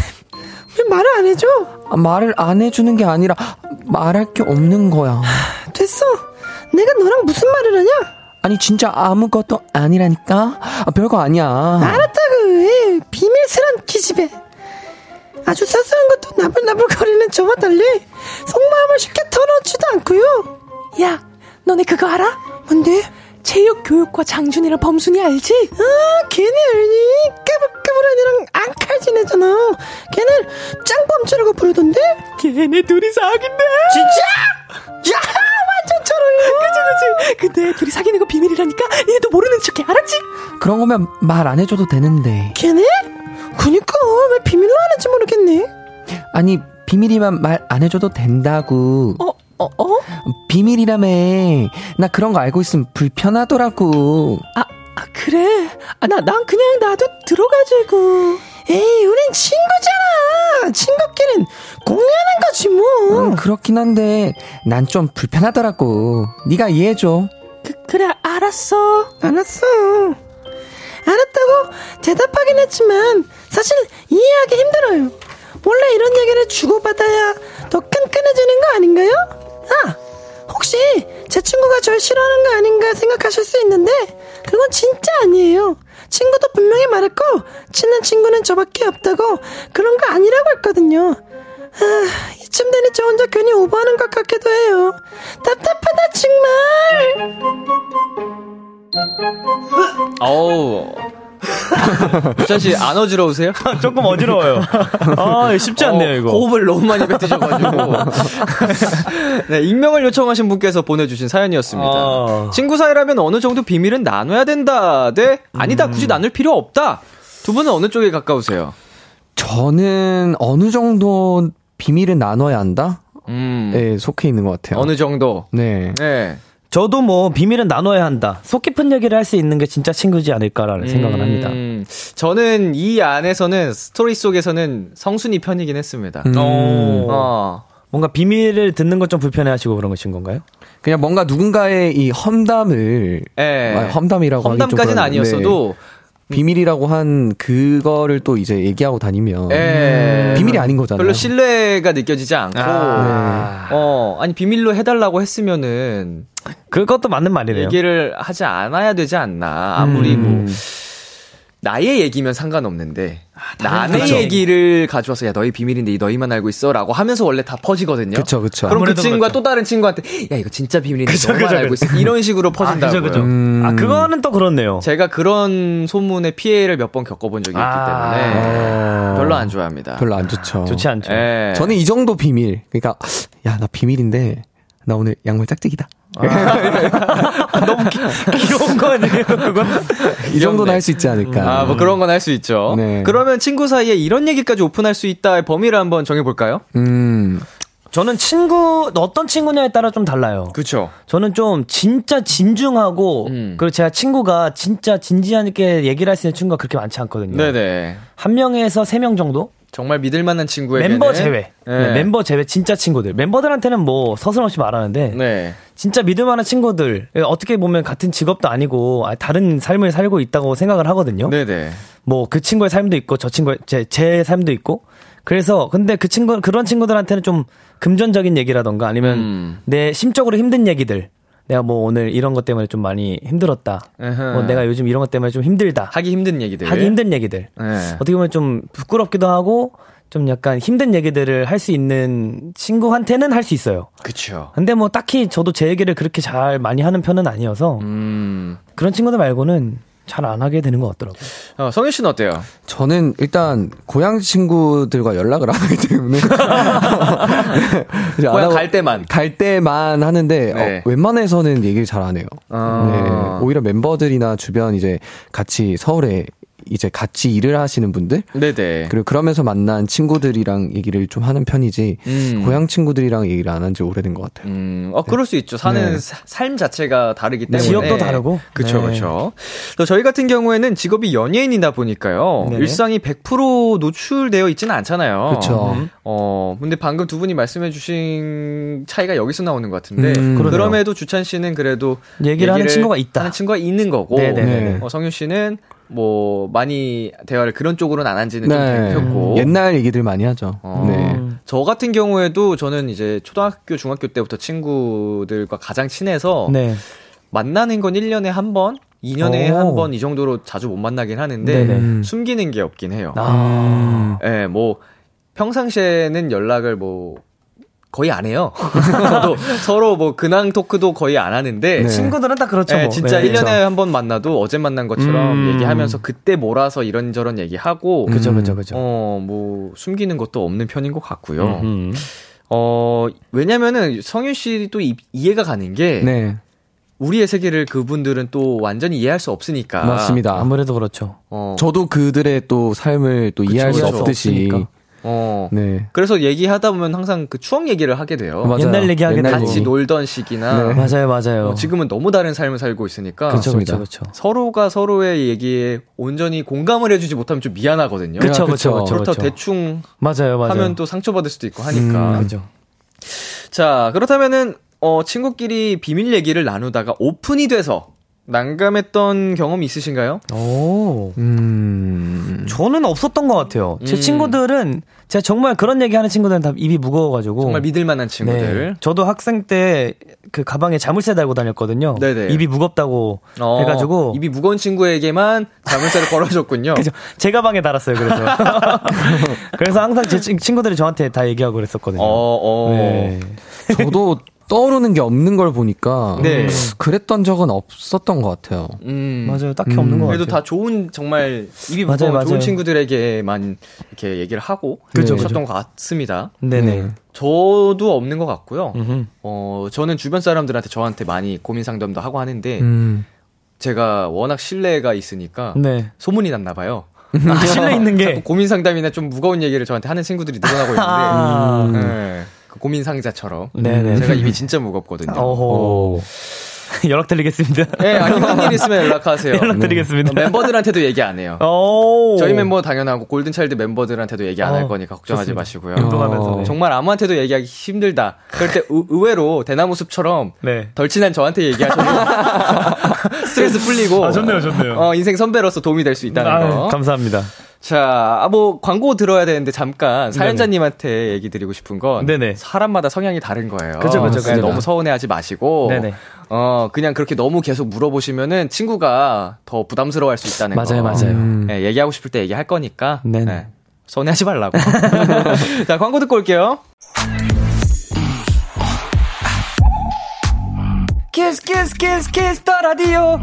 Speaker 5: 왜 말을 안 해줘?
Speaker 1: 아, 말을 안 해주는 게 아니라, 말할 게 없는 거야.
Speaker 5: 됐어. 내가 너랑 무슨 말을 하냐?
Speaker 1: 아니, 진짜 아무것도 아니라니까? 아, 별거 아니야.
Speaker 5: 알았다고. 비밀스런 기집애. 아주 싸스한 것도 나불나불거리는 저와 달리 속마음을 쉽게 털어주지도 않고요.
Speaker 6: 야, 너네 그거 알아?
Speaker 5: 뭔데?
Speaker 6: 체육교육과 장준이랑 범순이 알지?
Speaker 5: 아, 걔네 알니? 까불까불한 애랑 앙칼 지내잖아. 걔네 짱범죄라고 부르던데?
Speaker 6: 걔네 둘이 사귄대.
Speaker 5: 진짜? 야, 완전 철호요.
Speaker 6: 그치, 그치. 근데 둘이 사귀는 거 비밀이라니까 얘도 모르는 척해. 알았지?
Speaker 1: 그런 거면 말 안 해줘도 되는데.
Speaker 5: 걔네? 그니까 왜 비밀로 하는지 모르겠네.
Speaker 1: 아니, 비밀이면 말 안 해줘도 된다고.
Speaker 6: 어, 어, 어?
Speaker 1: 비밀이라며. 나 그런 거 알고 있으면 불편하더라고.
Speaker 6: 아, 아 그래. 아, 나, 난 그냥 나도 들어가지고.
Speaker 5: 에이, 우린 친구잖아. 친구끼린 공유하는 거지 뭐.
Speaker 1: 음, 그렇긴 한데, 난 좀 불편하더라고. 네가 이해해줘.
Speaker 6: 그, 그래, 알았어.
Speaker 5: 알았어. 알았다고 대답하긴 했지만 사실 이해하기 힘들어요. 원래 이런 얘기를 주고받아야 더 끈끈해지는 거 아닌가요? 아, 혹시 제 친구가 절 싫어하는 거 아닌가 생각하실 수 있는데 그건 진짜 아니에요. 친구도 분명히 말했고 친한 친구는 저밖에 없다고 그런 거 아니라고 했거든요. 아, 이쯤 되니 저 혼자 괜히 오버하는 것 같기도 해요. 답답하다 정말.
Speaker 2: 어우. 수찬씨, 안 어지러우세요?
Speaker 4: 조금 어지러워요. 아, 쉽지 않네요, 이거.
Speaker 2: 어, 호흡을 너무 많이 뱉으셔가지고. 네, 익명을 요청하신 분께서 보내주신 사연이었습니다.
Speaker 4: 아.
Speaker 2: 친구 사이라면 어느 정도 비밀은 나눠야 된다. 대 아니다, 굳이 나눌 필요 없다. 두 분은 어느 쪽에 가까우세요?
Speaker 1: 저는 어느 정도 비밀은 나눠야 한다?
Speaker 2: 음.
Speaker 1: 에 속해 있는 것 같아요.
Speaker 2: 어느 정도?
Speaker 1: 네.
Speaker 2: 네.
Speaker 4: 저도 뭐 비밀은 나눠야 한다. 속 깊은 얘기를 할 수 있는 게 진짜 친구지 않을까라는 생각을 합니다.
Speaker 2: 음, 저는 이 안에서는 스토리 속에서는 성순이 편이긴 했습니다. 어.
Speaker 4: 뭔가 비밀을 듣는 건 좀 불편해하시고 그런 것인 건가요?
Speaker 1: 그냥 뭔가 누군가의 이 험담을
Speaker 2: 예.
Speaker 1: 아, 험담이라고 하기 좀
Speaker 2: 험담까지는
Speaker 1: 그런데.
Speaker 2: 아니었어도
Speaker 1: 비밀이라고 한 그거를 또 이제 얘기하고 다니면
Speaker 2: 예.
Speaker 1: 비밀이 아닌 거잖아요. 아, 네.
Speaker 2: 별로 신뢰가 느껴지지 않고 어, 아니 비밀로 해 달라고 했으면은
Speaker 4: 그것도 맞는 말이네요.
Speaker 2: 얘기를 하지 않아야 되지 않나. 아무리
Speaker 1: 음.
Speaker 2: 뭐 나의 얘기면 상관없는데
Speaker 1: 아,
Speaker 2: 남의
Speaker 1: 그렇죠.
Speaker 4: 그쵸.
Speaker 2: 얘기를 가져와서 야 너희 비밀인데 너희만 알고 있어라고 하면서 원래 다 퍼지거든요.
Speaker 1: 그쵸, 그쵸.
Speaker 2: 럼그
Speaker 4: 아무래도
Speaker 2: 친구가
Speaker 4: 그렇죠.
Speaker 2: 또 다른 친구한테 야 이거 진짜 비밀인데
Speaker 4: 그쵸,
Speaker 2: 너만
Speaker 4: 그쵸,
Speaker 2: 알고
Speaker 4: 그쵸.
Speaker 2: 있어 이런 식으로 퍼진다고요.
Speaker 4: 그죠, 그죠. 아, 그거는 또 그렇네요.
Speaker 2: 제가 그런 소문의 피해를 몇 번 겪어본 적이 있기
Speaker 4: 아.
Speaker 2: 때문에 별로 안 좋아합니다.
Speaker 1: 별로 안 좋죠.
Speaker 4: 좋지 않죠.
Speaker 2: 예.
Speaker 1: 저는 이 정도 비밀. 그러니까 야 나 비밀인데 나 오늘 양말 짝짝이다.
Speaker 4: 귀여운 거 아니에요, 그건?
Speaker 1: 이 정도는 할 수 있지 않을까.
Speaker 2: 아, 뭐 그런 건 할 수 있죠.
Speaker 1: 네.
Speaker 2: 그러면 친구 사이에 이런 얘기까지 오픈할 수 있다의 범위를 한번 정해볼까요?
Speaker 1: 음.
Speaker 4: 저는 친구, 어떤 친구냐에 따라 좀 달라요.
Speaker 2: 그쵸.
Speaker 4: 저는 좀 진짜 진중하고,
Speaker 2: 음.
Speaker 4: 그리고 제가 친구가 진짜 진지하게 얘기를 할 수 있는 친구가 그렇게 많지 않거든요.
Speaker 2: 네네.
Speaker 4: 한 명에서 세 명 정도?
Speaker 2: 정말 믿을 만한 친구에게
Speaker 4: 멤버 제외. 네, 멤버 제외 진짜 친구들. 멤버들한테는 뭐 서슴없이 말하는데
Speaker 2: 네.
Speaker 4: 진짜 믿을 만한 친구들. 어떻게 보면 같은 직업도 아니고 아, 다른 삶을 살고 있다고 생각을 하거든요.
Speaker 2: 네네.
Speaker 4: 뭐 그 친구의 삶도 있고 저 친구의 제, 제 삶도 있고. 그래서 근데 그 친구 그런 친구들한테는 좀 금전적인 얘기라던가 아니면
Speaker 2: 음.
Speaker 4: 내 심적으로 힘든 얘기들. 내가 뭐 오늘 이런 것 때문에 좀 많이 힘들었다.
Speaker 2: 에헤.
Speaker 4: 뭐 내가 요즘 이런 것 때문에 좀 힘들다.
Speaker 2: 하기 힘든 얘기들.
Speaker 4: 하기 힘든 얘기들.
Speaker 2: 네.
Speaker 4: 어떻게 보면 좀 부끄럽기도 하고 좀 약간 힘든 얘기들을 할 수 있는 친구한테는 할 수 있어요.
Speaker 2: 그쵸.
Speaker 4: 근데 뭐 딱히 저도 제 얘기를 그렇게 잘 많이 하는 편은 아니어서
Speaker 2: 음.
Speaker 4: 그런 친구들 말고는 잘 안 하게 되는 것 같더라고요.
Speaker 2: 어, 성윤 씨는 어때요?
Speaker 1: 저는 일단 고향 친구들과 연락을 안 하기 때문에 네. 이제 안
Speaker 2: 고향
Speaker 1: 하고
Speaker 2: 갈 때만.
Speaker 1: 갈 때만 하는데
Speaker 2: 네.
Speaker 1: 어, 웬만해서는 얘기를 잘 안 해요.
Speaker 2: 아.
Speaker 1: 네, 오히려 멤버들이나 주변 이제 같이 서울에 이제 같이 일을 하시는 분들
Speaker 2: 네네.
Speaker 1: 그리고 그러면서 만난 친구들이랑 얘기를 좀 하는 편이지
Speaker 2: 음.
Speaker 1: 고향 친구들이랑 얘기를 안 한 지 오래된 것 같아요.
Speaker 2: 음, 어, 그럴 수 있죠. 사는
Speaker 1: 네.
Speaker 2: 사- 삶 자체가 다르기 때문에.
Speaker 4: 지역도 다르고.
Speaker 2: 네, 그쵸,
Speaker 4: 네.
Speaker 2: 그쵸. 또 저희 같은 경우에는 직업이 연예인이다 보니까요.
Speaker 4: 네.
Speaker 2: 일상이 100% 노출되어 있지는 않잖아요.
Speaker 1: 그쵸. 음.
Speaker 2: 어, 근데 방금 두 분이 말씀해주신 차이가 여기서 나오는 것 같은데.
Speaker 1: 음, 그러네요.
Speaker 2: 그럼에도 주찬 씨는 그래도.
Speaker 4: 얘기를 하는 친구가 있다.
Speaker 2: 하는 친구가 있는 거고.
Speaker 4: 네네네.
Speaker 2: 어, 성윤 씨는 뭐, 많이 대화를 그런 쪽으로는 안 한 지는 네,
Speaker 4: 네.
Speaker 2: 좀
Speaker 4: 음,
Speaker 2: 됐고.
Speaker 1: 네. 옛날 얘기들 많이 하죠.
Speaker 2: 어,
Speaker 1: 네.
Speaker 2: 저 같은 경우에도 저는 이제 초등학교, 중학교 때부터 친구들과 가장 친해서
Speaker 4: 네.
Speaker 2: 만나는 건 1년에 한 번, 2년에
Speaker 4: 오.
Speaker 2: 한 번 이 정도로 자주 못 만나긴 하는데
Speaker 4: 네네. 음.
Speaker 2: 숨기는 게 없긴 해요. 예,
Speaker 4: 아.
Speaker 2: 뭐 평상시에는 연락을 뭐 거의 안 해요. 서로, 서로 뭐 근황 토크도 거의 안 하는데
Speaker 1: 네.
Speaker 4: 친구들은 다 그렇죠.
Speaker 2: 예,
Speaker 4: 뭐.
Speaker 2: 진짜
Speaker 4: 네.
Speaker 2: 1년에 한 번 만나도 어제 만난 것처럼
Speaker 4: 음. 그렇죠,
Speaker 2: 얘기하면서 그때 몰아서 이런저런 얘기하고
Speaker 4: 그쵸, 그쵸, 그쵸.
Speaker 2: 어, 뭐 숨기는 것도 없는 편인 것 같고요. 어, 왜냐면은 성윤 씨도 이- 이해가 가는 게
Speaker 1: 네.
Speaker 2: 우리의 세계를 그분들은 또 완전히 이해할 수 없으니까.
Speaker 1: 맞습니다.
Speaker 4: 아무래도 그렇죠.
Speaker 2: 어,
Speaker 1: 저도 그들의 또 삶을 또 이해할 수
Speaker 2: 그쵸.
Speaker 1: 없듯이.
Speaker 4: 없으니까.
Speaker 2: 어.
Speaker 1: 네.
Speaker 2: 그래서 얘기하다 보면 항상 그 추억 얘기를 하게 돼요.
Speaker 1: 맞아요.
Speaker 4: 옛날 얘기하게
Speaker 1: 옛날
Speaker 4: 되고.
Speaker 2: 같이
Speaker 1: 얘기.
Speaker 2: 놀던
Speaker 4: 네.
Speaker 2: 시기나
Speaker 4: 맞아요, 맞아요.
Speaker 2: 어, 지금은 너무 다른 삶을 살고 있으니까
Speaker 4: 그렇죠,
Speaker 1: 맞습니다.
Speaker 4: 그렇죠, 그렇죠.
Speaker 2: 서로가 서로의 얘기에 온전히 공감을 해주지 못하면 좀 미안하거든요.
Speaker 4: 그렇죠,
Speaker 1: 그쵸.
Speaker 4: 그렇죠, 그렇죠.
Speaker 2: 그렇다 대충
Speaker 4: 맞아요, 맞아요. 음,
Speaker 2: 하면 또 상처받을 수도 있고 하니까.
Speaker 4: 그죠.
Speaker 2: 자, 그렇다면은 어 친구끼리 비밀 얘기를 나누다가 오픈이 돼서 난감했던 경험이 있으신가요?
Speaker 4: 오.
Speaker 1: 음.
Speaker 4: 저는 없었던 것 같아요. 제
Speaker 2: 음.
Speaker 4: 친구들은 제가 정말 그런 얘기 하는 친구들은 다 입이 무거워가지고
Speaker 2: 정말 믿을 만한 친구들.
Speaker 4: 뭐. 네. 저도 학생 때 그 가방에 자물쇠 달고 다녔거든요.
Speaker 2: 네네.
Speaker 4: 입이 무겁다고
Speaker 2: 어,
Speaker 4: 해가지고
Speaker 2: 입이 무거운 친구에게만 자물쇠를 걸어줬군요.
Speaker 4: 그죠. 제 가방에 달았어요. 그래서 그래서 항상 제 친- 친구들이 저한테 다 얘기하고 그랬었거든요.
Speaker 2: 어, 어.
Speaker 4: 네.
Speaker 1: 저도 떠오르는 게 없는 걸 보니까
Speaker 2: 네.
Speaker 1: 그랬던 적은 없었던 것 같아요.
Speaker 2: 음.
Speaker 4: 맞아요. 딱히 없는 것 같아요.
Speaker 2: 그래도 다 좋은 정말 입이
Speaker 4: 맞아요,
Speaker 2: 무거운 좋은
Speaker 4: 맞아요.
Speaker 2: 친구들에게만 이렇게 얘기를 하고
Speaker 4: 그죠,
Speaker 2: 그러셨던 것 같습니다.
Speaker 4: 네네.
Speaker 2: 저도 없는 것 같고요.
Speaker 4: 음흠.
Speaker 2: 어 저는 주변 사람들한테 저한테 많이 고민 상담도 하고 하는데
Speaker 1: 음.
Speaker 2: 제가 워낙 신뢰가 있으니까
Speaker 4: 네.
Speaker 2: 소문이 났나 봐요. 그
Speaker 4: 아, 실내 있는 게.
Speaker 2: 고민 상담이나 좀 무거운 얘기를 저한테 하는 친구들이 늘어나고 있는데
Speaker 4: 아.
Speaker 2: 네, 그 고민 상자처럼
Speaker 4: 네네.
Speaker 2: 제가 입이 진짜 무겁거든요.
Speaker 4: 어허. 연락 드리겠습니다.
Speaker 2: 네, 아니면 일 있으면 연락하세요.
Speaker 4: 연락드리겠습니다.
Speaker 2: 어, 멤버들한테도 얘기 안 해요.
Speaker 4: 오.
Speaker 2: 저희 멤버 당연하고 골든차일드 멤버들한테도 얘기 안 할
Speaker 4: 어,
Speaker 2: 거니까 걱정하지
Speaker 4: 좋습니다.
Speaker 2: 마시고요.
Speaker 4: 운동하면서.
Speaker 1: 어.
Speaker 4: 네.
Speaker 2: 정말 아무한테도 얘기하기 힘들다. 그럴 때 의- 의외로 대나무숲처럼
Speaker 4: 네.
Speaker 2: 덜 친한 저한테 얘기하셔도 스트레스 풀리고
Speaker 4: 아, 좋네요, 좋네요.
Speaker 2: 어, 인생 선배로서 도움이 될 수 있다는
Speaker 4: 아,
Speaker 2: 거.
Speaker 4: 감사합니다.
Speaker 2: 자, 아, 뭐, 광고 들어야 되는데 잠깐 사연자님한테 얘기 드리고 싶은 건
Speaker 4: 네네.
Speaker 2: 사람마다 성향이 다른 거예요.
Speaker 4: 그죠, 그죠,
Speaker 2: 그냥
Speaker 4: 그죠.
Speaker 2: 너무 서운해하지 마시고
Speaker 4: 네네.
Speaker 2: 어 그냥 그렇게 너무 계속 물어보시면은 친구가 더 부담스러워할 수 있다는
Speaker 4: 맞아요,
Speaker 2: 거.
Speaker 4: 맞아요.
Speaker 1: 음.
Speaker 2: 예, 얘기하고 싶을 때 얘기할 거니까
Speaker 4: 네네.
Speaker 2: 예, 서운해하지 말라고. 자, 광고 듣고 올게요.
Speaker 6: 키스 키스 키스 키스 더 라디오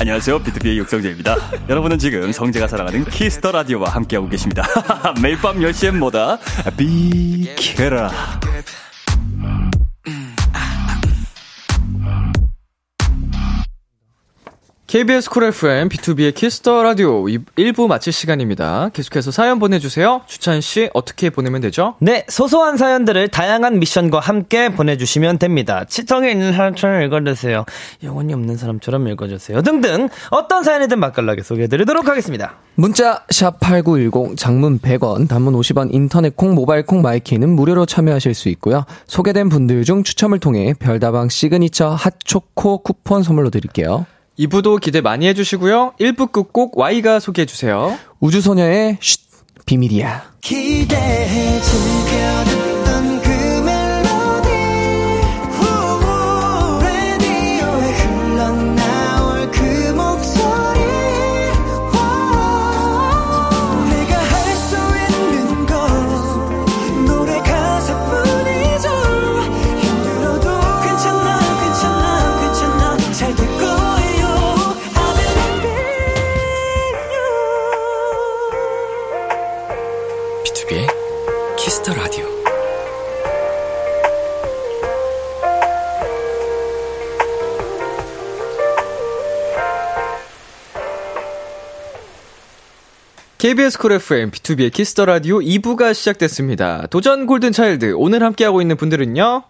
Speaker 7: 안녕하세요. 비투비의 육성재입니다. 여러분은 지금 성재가 사랑하는 키스터 라디오와 함께하고 계십니다. 매일 밤 10시엔 뭐다? 비케라.
Speaker 2: KBS 쿨 FM B2B의 키스터 라디오 1부 마칠 시간입니다. 계속해서 사연 보내주세요. 주찬 씨 어떻게 보내면 되죠?
Speaker 4: 네, 소소한 사연들을 다양한 미션과 함께 보내주시면 됩니다. 치통에 있는 사람처럼 읽어주세요. 영혼이 없는 사람처럼 읽어주세요. 등등. 어떤 사연이든 맛깔나게 소개해드리도록 하겠습니다.
Speaker 1: 문자 샵8910 장문 100원 단문 50원 인터넷 콩 모바일 콩 마이키는 무료로 참여하실 수 있고요. 소개된 분들 중 추첨을 통해 별다방 시그니처 핫초코 쿠폰 선물로 드릴게요.
Speaker 2: 2부도 기대 많이 해주시고요. 1부 끝곡 Y가 소개해주세요.
Speaker 1: 우주소녀의 쉿 비밀이야.
Speaker 3: 기대해 즐겨 듣던 그 멜로디 후, 라디오에 흘러나올 그 목소리 와, 내가 할 수 있는 건 노래 가사뿐이죠 힘들어도 괜찮아 괜찮아 괜찮아 잘 될 거예요 I believe in you
Speaker 7: 비투비의 키스터 라디오.
Speaker 2: KBS 쿨 FM B2B의 키스터 라디오 2부가 시작됐습니다. 도전 골든 차일드 오늘 함께하고 있는 분들은요.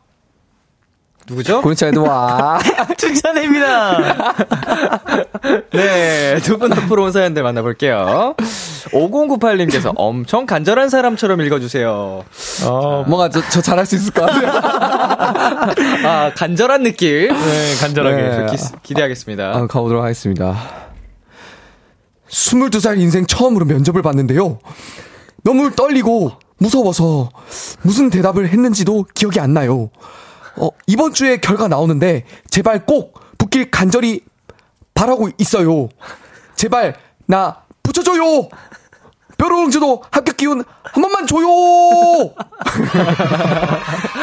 Speaker 2: 누구죠?
Speaker 1: 골차에드 와.
Speaker 4: 추천입니다.
Speaker 2: 네, 두 분 앞으로 온 사연들 만나볼게요. 5098님께서 엄청 간절한 사람처럼 읽어주세요.
Speaker 1: 어, 뭔가 저, 저 잘할 수 있을 것 같아요.
Speaker 2: 아, 간절한 느낌.
Speaker 4: 네, 간절하게.
Speaker 1: 네.
Speaker 2: 기, 대하겠습니다
Speaker 1: 아, 가보도록 하겠습니다. 22살 인생 처음으로 면접을 봤는데요. 너무 떨리고 무서워서 무슨 대답을 했는지도 기억이 안 나요. 어, 이번 주에 결과 나오는데 제발 꼭 붙길 간절히 바라고 있어요. 제발 나 붙여줘요. 뾰로롱즈도 합격 기운 한 번만 줘요.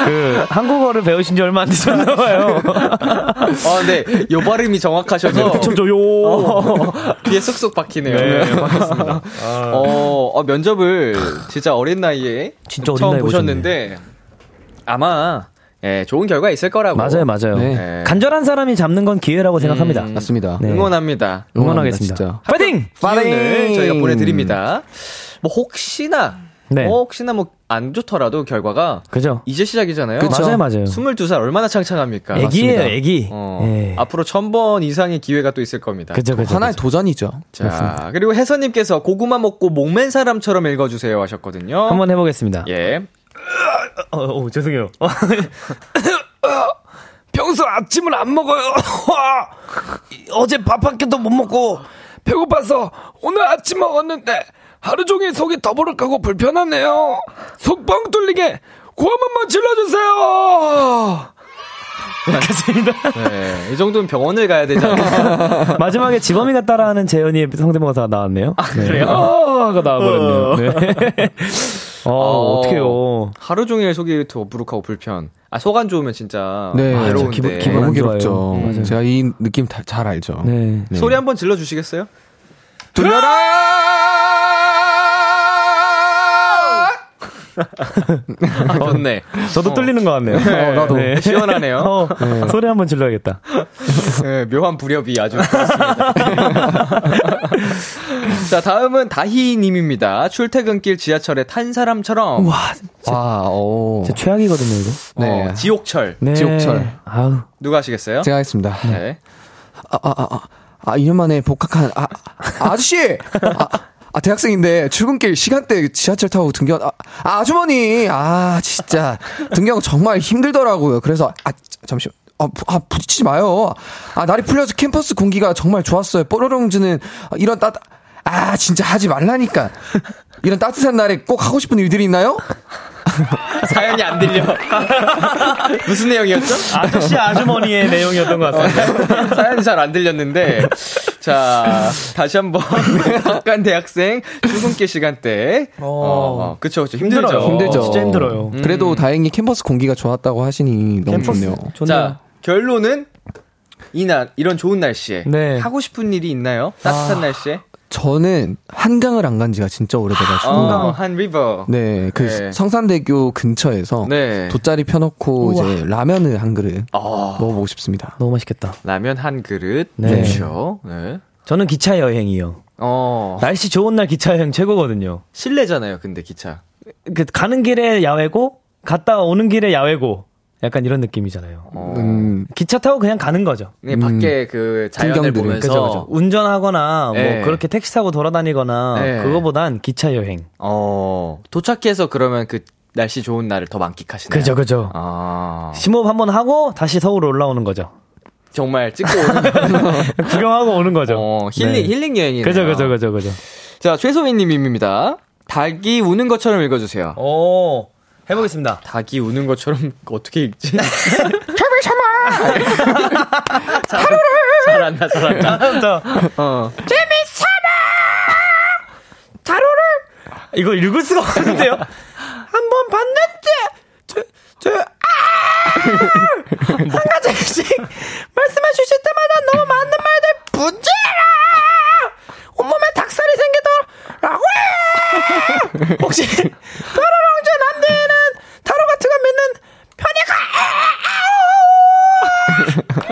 Speaker 4: 그, 한국어를 배우신 지 얼마 안 되셨나봐요.
Speaker 2: 아, 네. 요 발음이
Speaker 4: 네, 어.
Speaker 2: 정확하셔서.
Speaker 4: 붙여줘요.
Speaker 2: 귀에 쏙쏙 박히네요.
Speaker 4: 네,
Speaker 2: 반갑습니다. 어, 어, 면접을 진짜 어린 나이에
Speaker 4: 진짜 어린
Speaker 2: 처음
Speaker 4: 나이에
Speaker 2: 보셨는데 아마 예, 좋은 결과 있을 거라고.
Speaker 4: 맞아요, 맞아요.
Speaker 2: 네.
Speaker 4: 간절한 사람이 잡는 건 기회라고 생각합니다.
Speaker 2: 음.
Speaker 1: 맞습니다.
Speaker 4: 네.
Speaker 2: 응원합니다.
Speaker 4: 응원하겠습니다.
Speaker 1: 진짜.
Speaker 4: 파이팅!
Speaker 2: 기운을
Speaker 1: 파이팅!
Speaker 2: 저희가 보내드립니다. 뭐 혹시나
Speaker 4: 네.
Speaker 2: 뭐 혹시나 뭐 안 좋더라도 결과가
Speaker 4: 그죠?
Speaker 2: 이제 시작이잖아요.
Speaker 4: 그쵸. 맞아요, 맞아요.
Speaker 2: 22살 얼마나 창창합니까?
Speaker 4: 애기예요,
Speaker 2: 맞습니다.
Speaker 4: 애기.
Speaker 2: 어,
Speaker 4: 예.
Speaker 2: 앞으로 1000번 이상의 기회가 또 있을 겁니다.
Speaker 4: 그죠, 그죠.
Speaker 1: 하나의
Speaker 4: 그죠.
Speaker 1: 도전이죠.
Speaker 2: 네, 자, 그리고 혜선님께서 고구마 먹고 목맨 사람처럼 읽어주세요 하셨거든요.
Speaker 4: 한번 해보겠습니다.
Speaker 2: 예.
Speaker 4: 어, 어, 죄송해요. 평소 아침을 안 먹어요. 어제 밥 한 끼도 못 먹고 배고파서 오늘 아침 먹었는데 하루 종일 속이 더부룩하고 불편하네요. 속 뻥 뚫리게 고함 한번 질러주세요. 여기까지입니다.
Speaker 2: 네, 이 정도면 병원을 가야 되지 않나요?
Speaker 4: 마지막에 지범이가 따라하는 재현이의 성대모사가 나왔네요. 아, 그래요? 가 나와버렸네요. 네. 어,
Speaker 2: 어.
Speaker 4: 어떡해요.
Speaker 2: 하루 종일 속이 더부룩하고 불편. 아, 속 안 좋으면 진짜 아,
Speaker 1: 네,
Speaker 2: 괴로운데.
Speaker 4: 기분- 기분
Speaker 1: 너무
Speaker 4: 안 좋아요.
Speaker 1: 괴롭죠.
Speaker 4: 음, 맞아요.
Speaker 1: 제가 이 느낌 다, 잘 알죠.
Speaker 4: 네.
Speaker 2: 소리 한번 질러 주시겠어요? 들려라! 아, 좋네.
Speaker 4: 저도 뚫리는 것 같네요.
Speaker 2: 어, 나도. 시원하네요.
Speaker 4: 어, 소리 한번 질러야겠다.
Speaker 2: 네, 묘한 불협이 아주 좋습니다. 자, 다음은 다희님입니다. 출퇴근길 지하철에 탄 사람처럼
Speaker 1: 와, 아, 오.
Speaker 4: 제 최악이거든요, 이거.
Speaker 2: 어,
Speaker 1: 네.
Speaker 2: 지옥철.
Speaker 4: 네.
Speaker 1: 지옥철.
Speaker 4: 아우.
Speaker 2: 누가 하시겠어요?
Speaker 1: 제가 하겠습니다.
Speaker 2: 네.
Speaker 1: 아, 아, 아, 아, 아, 2년 만에 복학한, 아, 아, 아저씨! 아, 아, 대학생인데 출근길 시간대 지하철 타고 등교, 아, 아, 아주머니! 아, 진짜. 등교가 정말 힘들더라고요. 그래서, 아, 잠시만. 아, 부- 아, 부딪히지 마요. 아, 날이 풀려서 캠퍼스 공기가 정말 좋았어요. 뽀로롱즈는 이런 따, 아, 진짜 하지 말라니까. 이런 따뜻한 날에 꼭 하고 싶은 일들이 있나요?
Speaker 2: 사연이 안 들려. 무슨 내용이었죠?
Speaker 4: 아저씨 아주머니의 내용이었던 것 같습니다.
Speaker 2: 사연이 잘 안 들렸는데. 자, 다시 한 번. 학간 대학생 출근길 시간대. 어, 어, 그쵸, 그쵸. 힘들죠.
Speaker 4: 힘들어요.
Speaker 1: 힘들죠.
Speaker 4: 진짜 힘들어요.
Speaker 1: 그래도 다행히 캠퍼스 공기가 좋았다고 하시니
Speaker 4: 아,
Speaker 1: 너무 좋네요.
Speaker 2: 자, 결론은 이날 이런 좋은 날씨에
Speaker 4: 네.
Speaker 2: 하고 싶은 일이 있나요? 따뜻한 날씨에
Speaker 1: 저는 한강을 안 간 지가 진짜 오래돼가지고.
Speaker 2: 어, 한 리버.
Speaker 1: 아, 네, 그
Speaker 2: 네.
Speaker 1: 성산대교 근처에서
Speaker 2: 네.
Speaker 1: 돗자리 펴놓고 이제 라면을 한 그릇
Speaker 2: 어,
Speaker 1: 먹어보고 싶습니다.
Speaker 4: 너무 맛있겠다.
Speaker 2: 라면 한 그릇.
Speaker 4: 네.
Speaker 2: 그렇죠. 네.
Speaker 4: 저는 기차 여행이요.
Speaker 2: 어,
Speaker 4: 날씨 좋은 날 기차 여행 최고거든요.
Speaker 2: 실내잖아요, 근데 기차.
Speaker 4: 그 가는 길에 야외고 갔다 오는 길에 야외고 약간 이런 느낌이잖아요.
Speaker 2: 어.
Speaker 1: 음,
Speaker 4: 기차 타고 그냥 가는 거죠.
Speaker 2: 네, 밖에 그 자연을
Speaker 1: 풍경들을.
Speaker 2: 보면서
Speaker 1: 그죠, 그죠.
Speaker 4: 운전하거나 뭐
Speaker 2: 네.
Speaker 4: 그렇게 택시 타고 돌아다니거나
Speaker 2: 네.
Speaker 4: 그거보단 기차 여행.
Speaker 2: 어, 도착해서 그러면 그 날씨 좋은 날을 더 만끽하시나요?
Speaker 4: 그죠 그죠.
Speaker 2: 아,
Speaker 4: 심호흡 한번 하고 다시 서울 올라오는 거죠.
Speaker 2: 정말 찍고 오는
Speaker 4: 구경하고 오는 거죠.
Speaker 2: 어, 힐링
Speaker 4: 네.
Speaker 2: 힐링 여행이네요.
Speaker 4: 그죠 그죠 그죠 그죠.
Speaker 2: 자, 최소민 님입니다. 닭이 우는 것처럼 읽어 주세요.
Speaker 4: 오 해보겠습니다.
Speaker 2: 닭이 우는 것처럼 어떻게 읽지? 잘한다, 잘한다.
Speaker 4: 다음부터
Speaker 2: 어.
Speaker 4: 타로를 이거 읽을 수가 없는데요. 한 번 봤는데 저저한 아! 가지씩 말씀해 주실 때마다 너무 많은 말들 분주해라. 온몸에 닭살이 생기더라고. 혹시 타로랑전 안 되는 타로 같은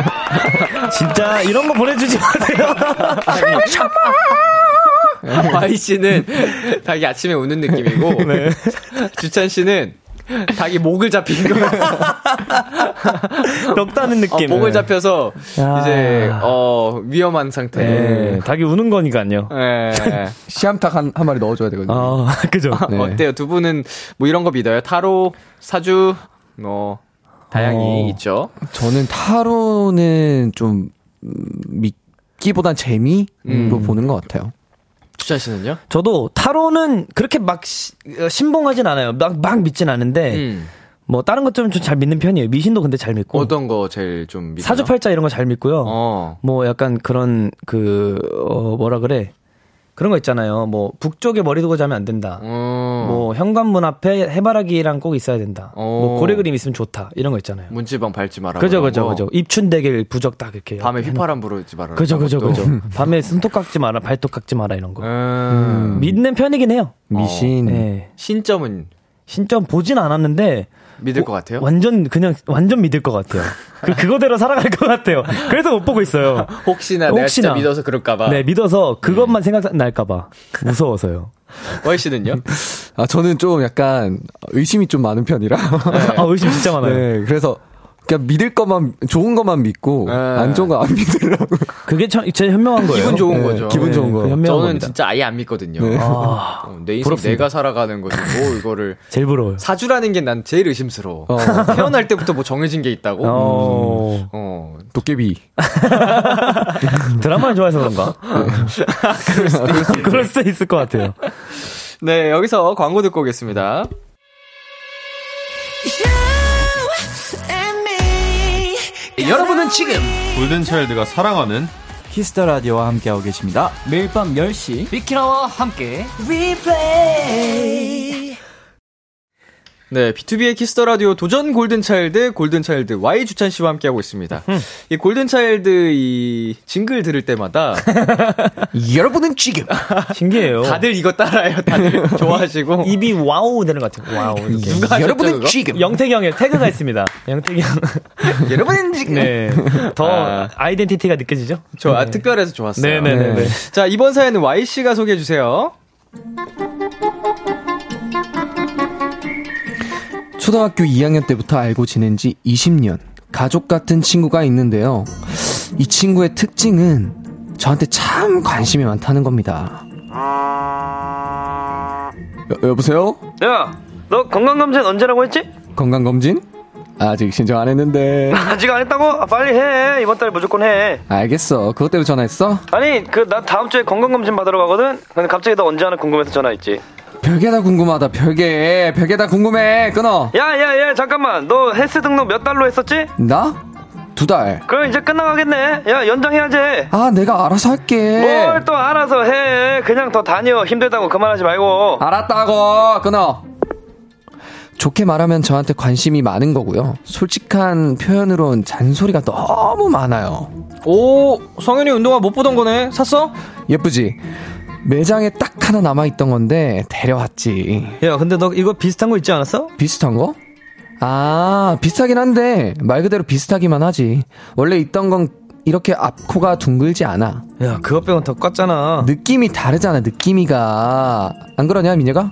Speaker 4: 거 믿는 편의가 진짜 이런 거 보내주지 마세요.
Speaker 2: 바이 씨는 닭이 아침에 우는 느낌이고
Speaker 4: 네.
Speaker 2: 주찬 씨는 닭이 목을 잡힌 거.
Speaker 4: 벽다는
Speaker 2: 어,
Speaker 4: 느낌. 네.
Speaker 2: 목을 잡혀서
Speaker 4: 야.
Speaker 2: 이제 어 위험한 상태.
Speaker 4: 네, 닭이 우는 거니까요.
Speaker 2: 예.
Speaker 1: 시암탉 한, 한 마리 넣어줘야 되거든요.
Speaker 4: 아, 그죠.
Speaker 1: 네.
Speaker 2: 어때요? 두 분은 뭐 이런 거 믿어요? 타로, 사주, 뭐 다양히
Speaker 4: 어.
Speaker 2: 있죠.
Speaker 1: 저는 타로는 좀 음, 믿기보단 재미로 보는 것
Speaker 4: 어,
Speaker 1: 같아요.
Speaker 2: 주찬 씨는요?
Speaker 4: 저도 타로는 그렇게 막 시- 어, 신봉하진 않아요. 막, 막 믿진 않은데,
Speaker 2: 음.
Speaker 4: 뭐 다른 것좀 잘 믿는 편이에요. 미신도 근데 잘 믿고.
Speaker 2: 어떤 거 제일 좀 믿어요?
Speaker 4: 사주팔자 이런 거 잘 믿고요.
Speaker 2: 어.
Speaker 4: 뭐 약간 그런 그, 어, 뭐라 그래. 그런 거 있잖아요. 뭐 북쪽에 머리 두고 자면 안 된다.
Speaker 2: 어.
Speaker 4: 뭐 현관문 앞에 해바라기랑 꼭 있어야 된다.
Speaker 2: 어.
Speaker 4: 뭐 고래 그림 있으면 좋다. 이런 거 있잖아요.
Speaker 2: 문지방 밟지 말라.
Speaker 4: 그죠
Speaker 2: 그런
Speaker 4: 그죠
Speaker 2: 거.
Speaker 4: 그죠. 입춘대길 부적 딱 이렇게.
Speaker 2: 밤에
Speaker 4: 하는-
Speaker 2: 휘파람 부르지 말라.
Speaker 4: 그죠 그죠 그죠. 밤에 손톱 깎지 마라, 발톱 깎지 마라 이런 거.
Speaker 2: 음.
Speaker 4: 믿는 편이긴 해요.
Speaker 1: 미신.
Speaker 4: 네.
Speaker 2: 신점은
Speaker 4: 신점 보진 않았는데 어,
Speaker 2: 믿을 것 같아요?
Speaker 4: 완전 그냥 완전 믿을 것 같아요. 그 그거대로 살아갈 것 같아요. 그래서 못 보고 있어요.
Speaker 2: 혹시나 내가 진짜 믿어서 그럴까봐.
Speaker 4: 네, 믿어서 그것만 생각날까봐 무서워서요.
Speaker 2: 와이 씨는요?
Speaker 1: 아, 저는 좀 약간 의심이 좀 많은 편이라.
Speaker 2: 네.
Speaker 4: 아 의심 진짜 많아요.
Speaker 1: 네, 그래서 그냥 믿을 것만 좋은 것만 믿고
Speaker 2: 네.
Speaker 1: 안 좋은 거 안 믿으려고.
Speaker 4: 그게 참 제일 현명한 거예요.
Speaker 2: 기분 좋은
Speaker 1: 네,
Speaker 2: 거죠.
Speaker 1: 기분 좋은 거.
Speaker 4: 그 현명한
Speaker 2: 저는
Speaker 4: 겁니다.
Speaker 2: 진짜 아예 안 믿거든요.
Speaker 1: 네.
Speaker 4: 아,
Speaker 2: 어, 내 인생
Speaker 4: 부럽습니다.
Speaker 2: 내가 살아가는 거지. 뭐 이거를
Speaker 4: 제일 부러워요.
Speaker 2: 사주라는 게 난 제일 의심스러워.
Speaker 1: 어.
Speaker 2: 태어날 때부터 뭐 정해진 게 있다고.
Speaker 4: 어,
Speaker 2: 어.
Speaker 1: 도깨비.
Speaker 2: 음.
Speaker 4: 드라마를 좋아해서 그런가? 그럴 수도 있을 것 같아요.
Speaker 2: 네, 여기서 광고 듣고 오겠습니다. 여러분은 지금
Speaker 8: 골든차일드가 사랑하는
Speaker 9: 키스터 라디오와 함께하고 계십니다.
Speaker 8: 매일 밤 10시
Speaker 2: 비키라와 함께 네, B2B의 키스터 라디오 도전 골든 차일드 골든 차일드 Y 주찬 씨와 함께 하고 있습니다. 이 골든 차일드 이 징글 들을 때마다
Speaker 1: 여러분은 지금
Speaker 4: 신기해요.
Speaker 2: 다들 이거 따라요. 다들 좋아하시고
Speaker 4: 입이 와우 되는 것 같아요. 와우. 이렇게.
Speaker 2: 누가 여러분은
Speaker 1: 지금
Speaker 4: 영태기 형의 태그가 있습니다. 영태기 형.
Speaker 2: 여러분은 지금
Speaker 4: 네. 더
Speaker 2: 아.
Speaker 4: 아이덴티티가 느껴지죠?
Speaker 2: 저 아, 특별해서 좋았어요.
Speaker 4: 네네네네.
Speaker 2: 자, 이번 사연은 Y 씨가 소개해 주세요.
Speaker 1: 초등학교 2학년 때부터 알고 지낸 지 20년. 가족 같은 친구가 있는데요. 이 친구의 특징은 저한테 참 관심이 많다는 겁니다. 여, 여보세요?
Speaker 4: 야, 너 건강검진 언제라고 했지?
Speaker 1: 건강검진? 아직 신청 안 했는데.
Speaker 4: 아직 안 했다고? 아, 빨리 해. 이번 달에 무조건 해.
Speaker 1: 알겠어. 그것 때문에 전화했어?
Speaker 4: 아니, 그, 나 다음 주에 건강검진 받으러 가거든? 근데 갑자기 너 언제 하나 궁금해서 전화했지.
Speaker 1: 별게 다 궁금하다, 별게. 별게 다 궁금해. 끊어.
Speaker 4: 야, 야, 야, 잠깐만. 너 헬스 등록 몇 달로 했었지?
Speaker 1: 나? 두 달.
Speaker 4: 그럼 이제 끝나가겠네. 야, 연장해야지.
Speaker 1: 아, 내가 알아서 할게.
Speaker 4: 뭘 또 알아서 해. 그냥 더 다녀. 힘들다고 그만하지 말고.
Speaker 1: 알았다고 끊어 좋게 말하면 저한테 관심이 많은 거고요 솔직한 표현으론 잔소리가 너무 많아요
Speaker 2: 오, 성현이 운동화 못 보던 거네. 샀어?
Speaker 1: 예쁘지 매장에 딱 하나 남아있던 건데 데려왔지
Speaker 4: 야, 근데 너 이거 비슷한 거 있지 않았어?
Speaker 1: 비슷한 거? 아 비슷하긴 한데 말 그대로 비슷하기만 하지 원래 있던 건 이렇게 앞코가 둥글지 않아
Speaker 4: 야, 그것 빼곤 더 껐잖아.
Speaker 1: 느낌이 다르잖아 느낌이가 안 그러냐 민혁아?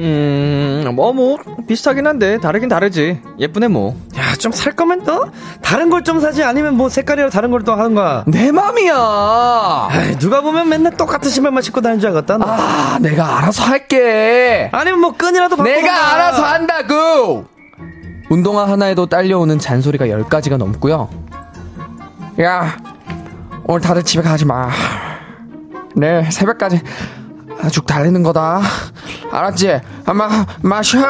Speaker 2: 음, 뭐, 뭐, 비슷하긴 한데, 다르긴 다르지. 예쁘네, 뭐.
Speaker 4: 야, 좀 살 거면 또? 다른 걸 좀 사지. 아니면 뭐 색깔이라 다른 걸 또 하던가.
Speaker 1: 내 맘이야
Speaker 4: 에이, 누가 보면 맨날 똑같은 신발만 신고 다니는 줄 알겠다. 나.
Speaker 1: 아 내가 알아서 할게
Speaker 4: 아니면 뭐 끈이라도 바꿔.
Speaker 1: 내가 알아서 한다고! 운동화 하나에도 딸려오는 잔소리가 10가지가 넘고요. 야, 오늘 다들 집에 가지 마. 내일 새벽까지 아죽 달리는 거다. 알았지? 아마 마셔!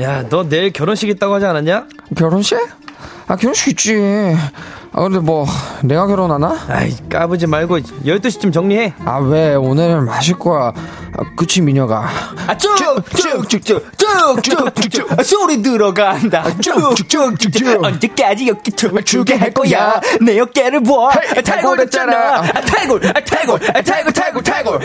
Speaker 4: 야, 너 내일 결혼식 있다고 하지 않았냐?
Speaker 1: 결혼식? 아, 결혼식 있지. 아, 근데 뭐, 내가 결혼하나?
Speaker 4: 아이, 까부지 말고 12시쯤 정리해.
Speaker 1: 아, 왜, 오늘은 마실 거야. 아, 그치, 미녀가.
Speaker 2: 아, 쭉, 쭉, 쭉, 쭉, 쭉, 쭉, 쭉, 쭉. 아, 소리 들어간다.
Speaker 1: 아,
Speaker 2: 쭉, 쭉, 쭉, 쭉, 쭉. 언제까지 어깨 춤을 추게 할 거야? 내 어깨를 봐. 아, 탈골됐잖아. 아, 탈골, 아, 탈골, 아, 탈골, 탈골, 탈골.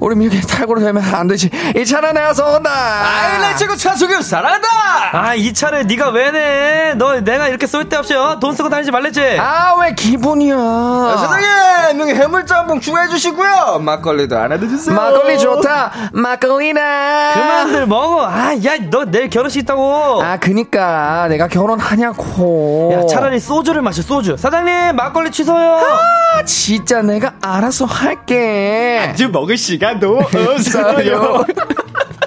Speaker 1: 우리 미녀가 탈고로 되면 안 되지. 이 차는 내가 쏜다!
Speaker 2: 아이, 내 친구 차수경 사랑한다!
Speaker 4: 아, 이 차를 네가 왜 내? 너 내가 이렇게 쓸데없이 어? 돈 쓰고 다니지 말랬지?
Speaker 1: 아, 아 왜 기분이야?
Speaker 2: 아,
Speaker 10: 사장님 여기 해물짬뽕 추가해 주시고요 막걸리도 안 해주세요
Speaker 1: 막걸리 좋다. 막걸리나.
Speaker 4: 그만들 먹어. 아, 야, 너 내일 결혼식 있다고.
Speaker 1: 아 그니까 내가 결혼하냐고.
Speaker 4: 야, 차라리 소주를 마셔, 소주. 사장님, 막걸리 취소요.
Speaker 1: 아, 진짜 내가 알아서 할게.
Speaker 10: 지금 먹을 시간도 없어요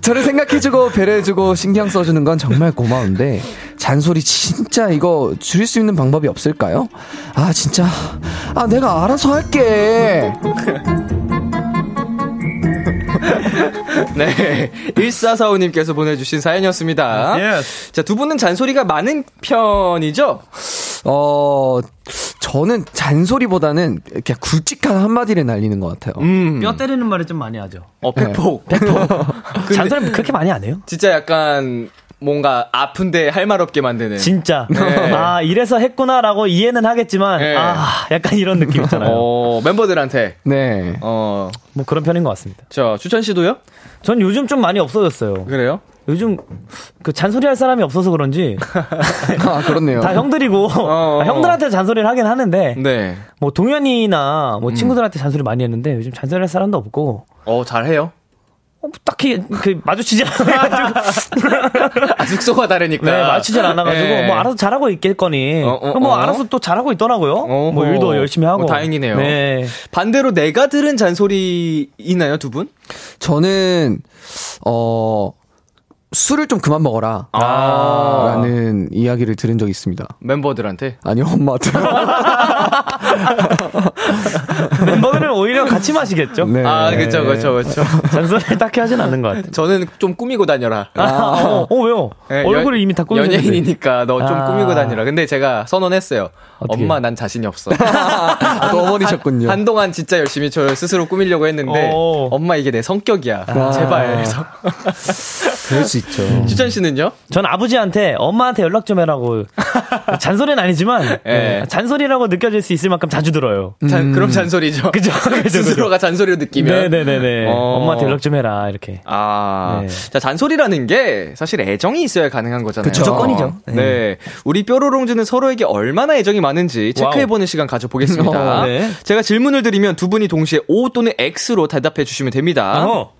Speaker 1: 저를 생각해주고 배려해주고 신경 써주는 건 정말 고마운데 잔소리 진짜 이거 줄일 수 있는 방법이 없을까요? 아 진짜 아 내가 알아서 할게.
Speaker 2: 네. 1445님께서 보내주신 사연이었습니다.
Speaker 11: Yes.
Speaker 2: 자, 두 분은 잔소리가 많은 편이죠?
Speaker 1: 어 저는 잔소리보다는 그냥 굵직한 한마디를 날리는 것 같아요.
Speaker 4: 뼈 때리는 말을 좀 많이 하죠.
Speaker 2: 어, 백폭.
Speaker 4: 잔소리 그렇게 많이 안 해요?
Speaker 2: 진짜 약간 뭔가 아픈데 할 말 없게 만드는.
Speaker 4: 진짜.
Speaker 2: 네.
Speaker 4: 아, 이래서 했구나라고 이해는 하겠지만,
Speaker 2: 네.
Speaker 4: 아, 약간 이런 느낌 있잖아요.
Speaker 2: 어, 멤버들한테.
Speaker 1: 네.
Speaker 2: 어,
Speaker 4: 뭐 그런 편인 것 같습니다.
Speaker 2: 자, 추천 씨도요?
Speaker 4: 전 요즘 좀 많이 없어졌어요.
Speaker 2: 그래요?
Speaker 4: 요즘 그 잔소리 할 사람이 없어서 그런지
Speaker 1: 아 그렇네요.
Speaker 4: 다 형들이고
Speaker 2: 어, 어.
Speaker 4: 형들한테 잔소리를 하긴 하는데
Speaker 2: 네.
Speaker 4: 뭐 동현이나
Speaker 2: 음.
Speaker 4: 뭐 친구들한테 잔소리 많이 했는데 요즘 잔소리 할 사람도 없고
Speaker 2: 어, 잘해요.
Speaker 4: 어, 뭐 딱히 그 마주치지 않아가지고
Speaker 2: 아, 숙소가 다르니까.
Speaker 4: 네, 마주치질 않아가지고
Speaker 2: 네.
Speaker 4: 뭐 알아서 잘하고 있겠거니
Speaker 2: 어, 어,
Speaker 4: 뭐
Speaker 2: 어.
Speaker 4: 알아서 또 잘하고 있더라고요 뭐
Speaker 2: 어허.
Speaker 4: 일도 열심히 하고
Speaker 2: 어, 다행이네요.
Speaker 4: 네.
Speaker 2: 반대로 내가 들은 잔소리 있나요, 두 분?
Speaker 1: 저는 어 술을 좀 그만 먹어라.
Speaker 2: 아.
Speaker 1: 라는 이야기를 들은 적이 있습니다.
Speaker 2: 멤버들한테.
Speaker 1: 아니 엄마한테.
Speaker 4: 멤버들은 오히려 같이 마시겠죠
Speaker 1: 네.
Speaker 2: 아, 그쵸, 그쵸, 그쵸.
Speaker 4: 잔소리를 딱히 하진 않는 것 같아요
Speaker 2: 저는 좀 꾸미고 다녀라.
Speaker 4: 아, 어, 어, 왜요?
Speaker 2: 예,
Speaker 4: 얼굴을
Speaker 2: 연-
Speaker 4: 이미 다 꾸미셨는데
Speaker 2: 연예인이니까 너 좀
Speaker 4: 아.
Speaker 2: 꾸미고 다니라. 근데 제가 선언했어요.
Speaker 4: 어떻게?
Speaker 2: 엄마 난 자신이 없어.
Speaker 1: 아, 또 어머니셨군요.
Speaker 2: 한, 동안 진짜 열심히 저 스스로 꾸미려고 했는데
Speaker 4: 어. 아.
Speaker 2: 엄마 이게 내 성격이야. 제발. 그래서
Speaker 1: 그럴 수 있죠.
Speaker 2: 추천 씨는요?
Speaker 4: 전 아버지한테 엄마한테 연락 좀 해라고 잔소리는 아니지만
Speaker 2: 예.
Speaker 4: 잔소리라고 느껴질 수 있을 만큼 자주 들어요.
Speaker 2: 잔- 그럼 잔소리죠.
Speaker 4: 음. 그죠, 그죠, 그죠.
Speaker 2: 스스로가 잔소리로 느끼면.
Speaker 4: 네네네네.
Speaker 2: 어.
Speaker 4: 엄마한테 연락 좀 해라 이렇게.
Speaker 2: 아,
Speaker 4: 네.
Speaker 2: 자, 잔소리라는 게 사실 애정이 있어야 가능한 거잖아요.
Speaker 1: 그쵸. 무조건이죠.
Speaker 2: 네. 우리 뾰로롱즈는 서로에게 얼마나 애정이 많은지 체크해보는 시간 가져보겠습니다.
Speaker 4: 어, 네.
Speaker 2: 제가 질문을 드리면 두 분이 동시에 O 또는 X로 대답해주시면 됩니다.
Speaker 4: 어.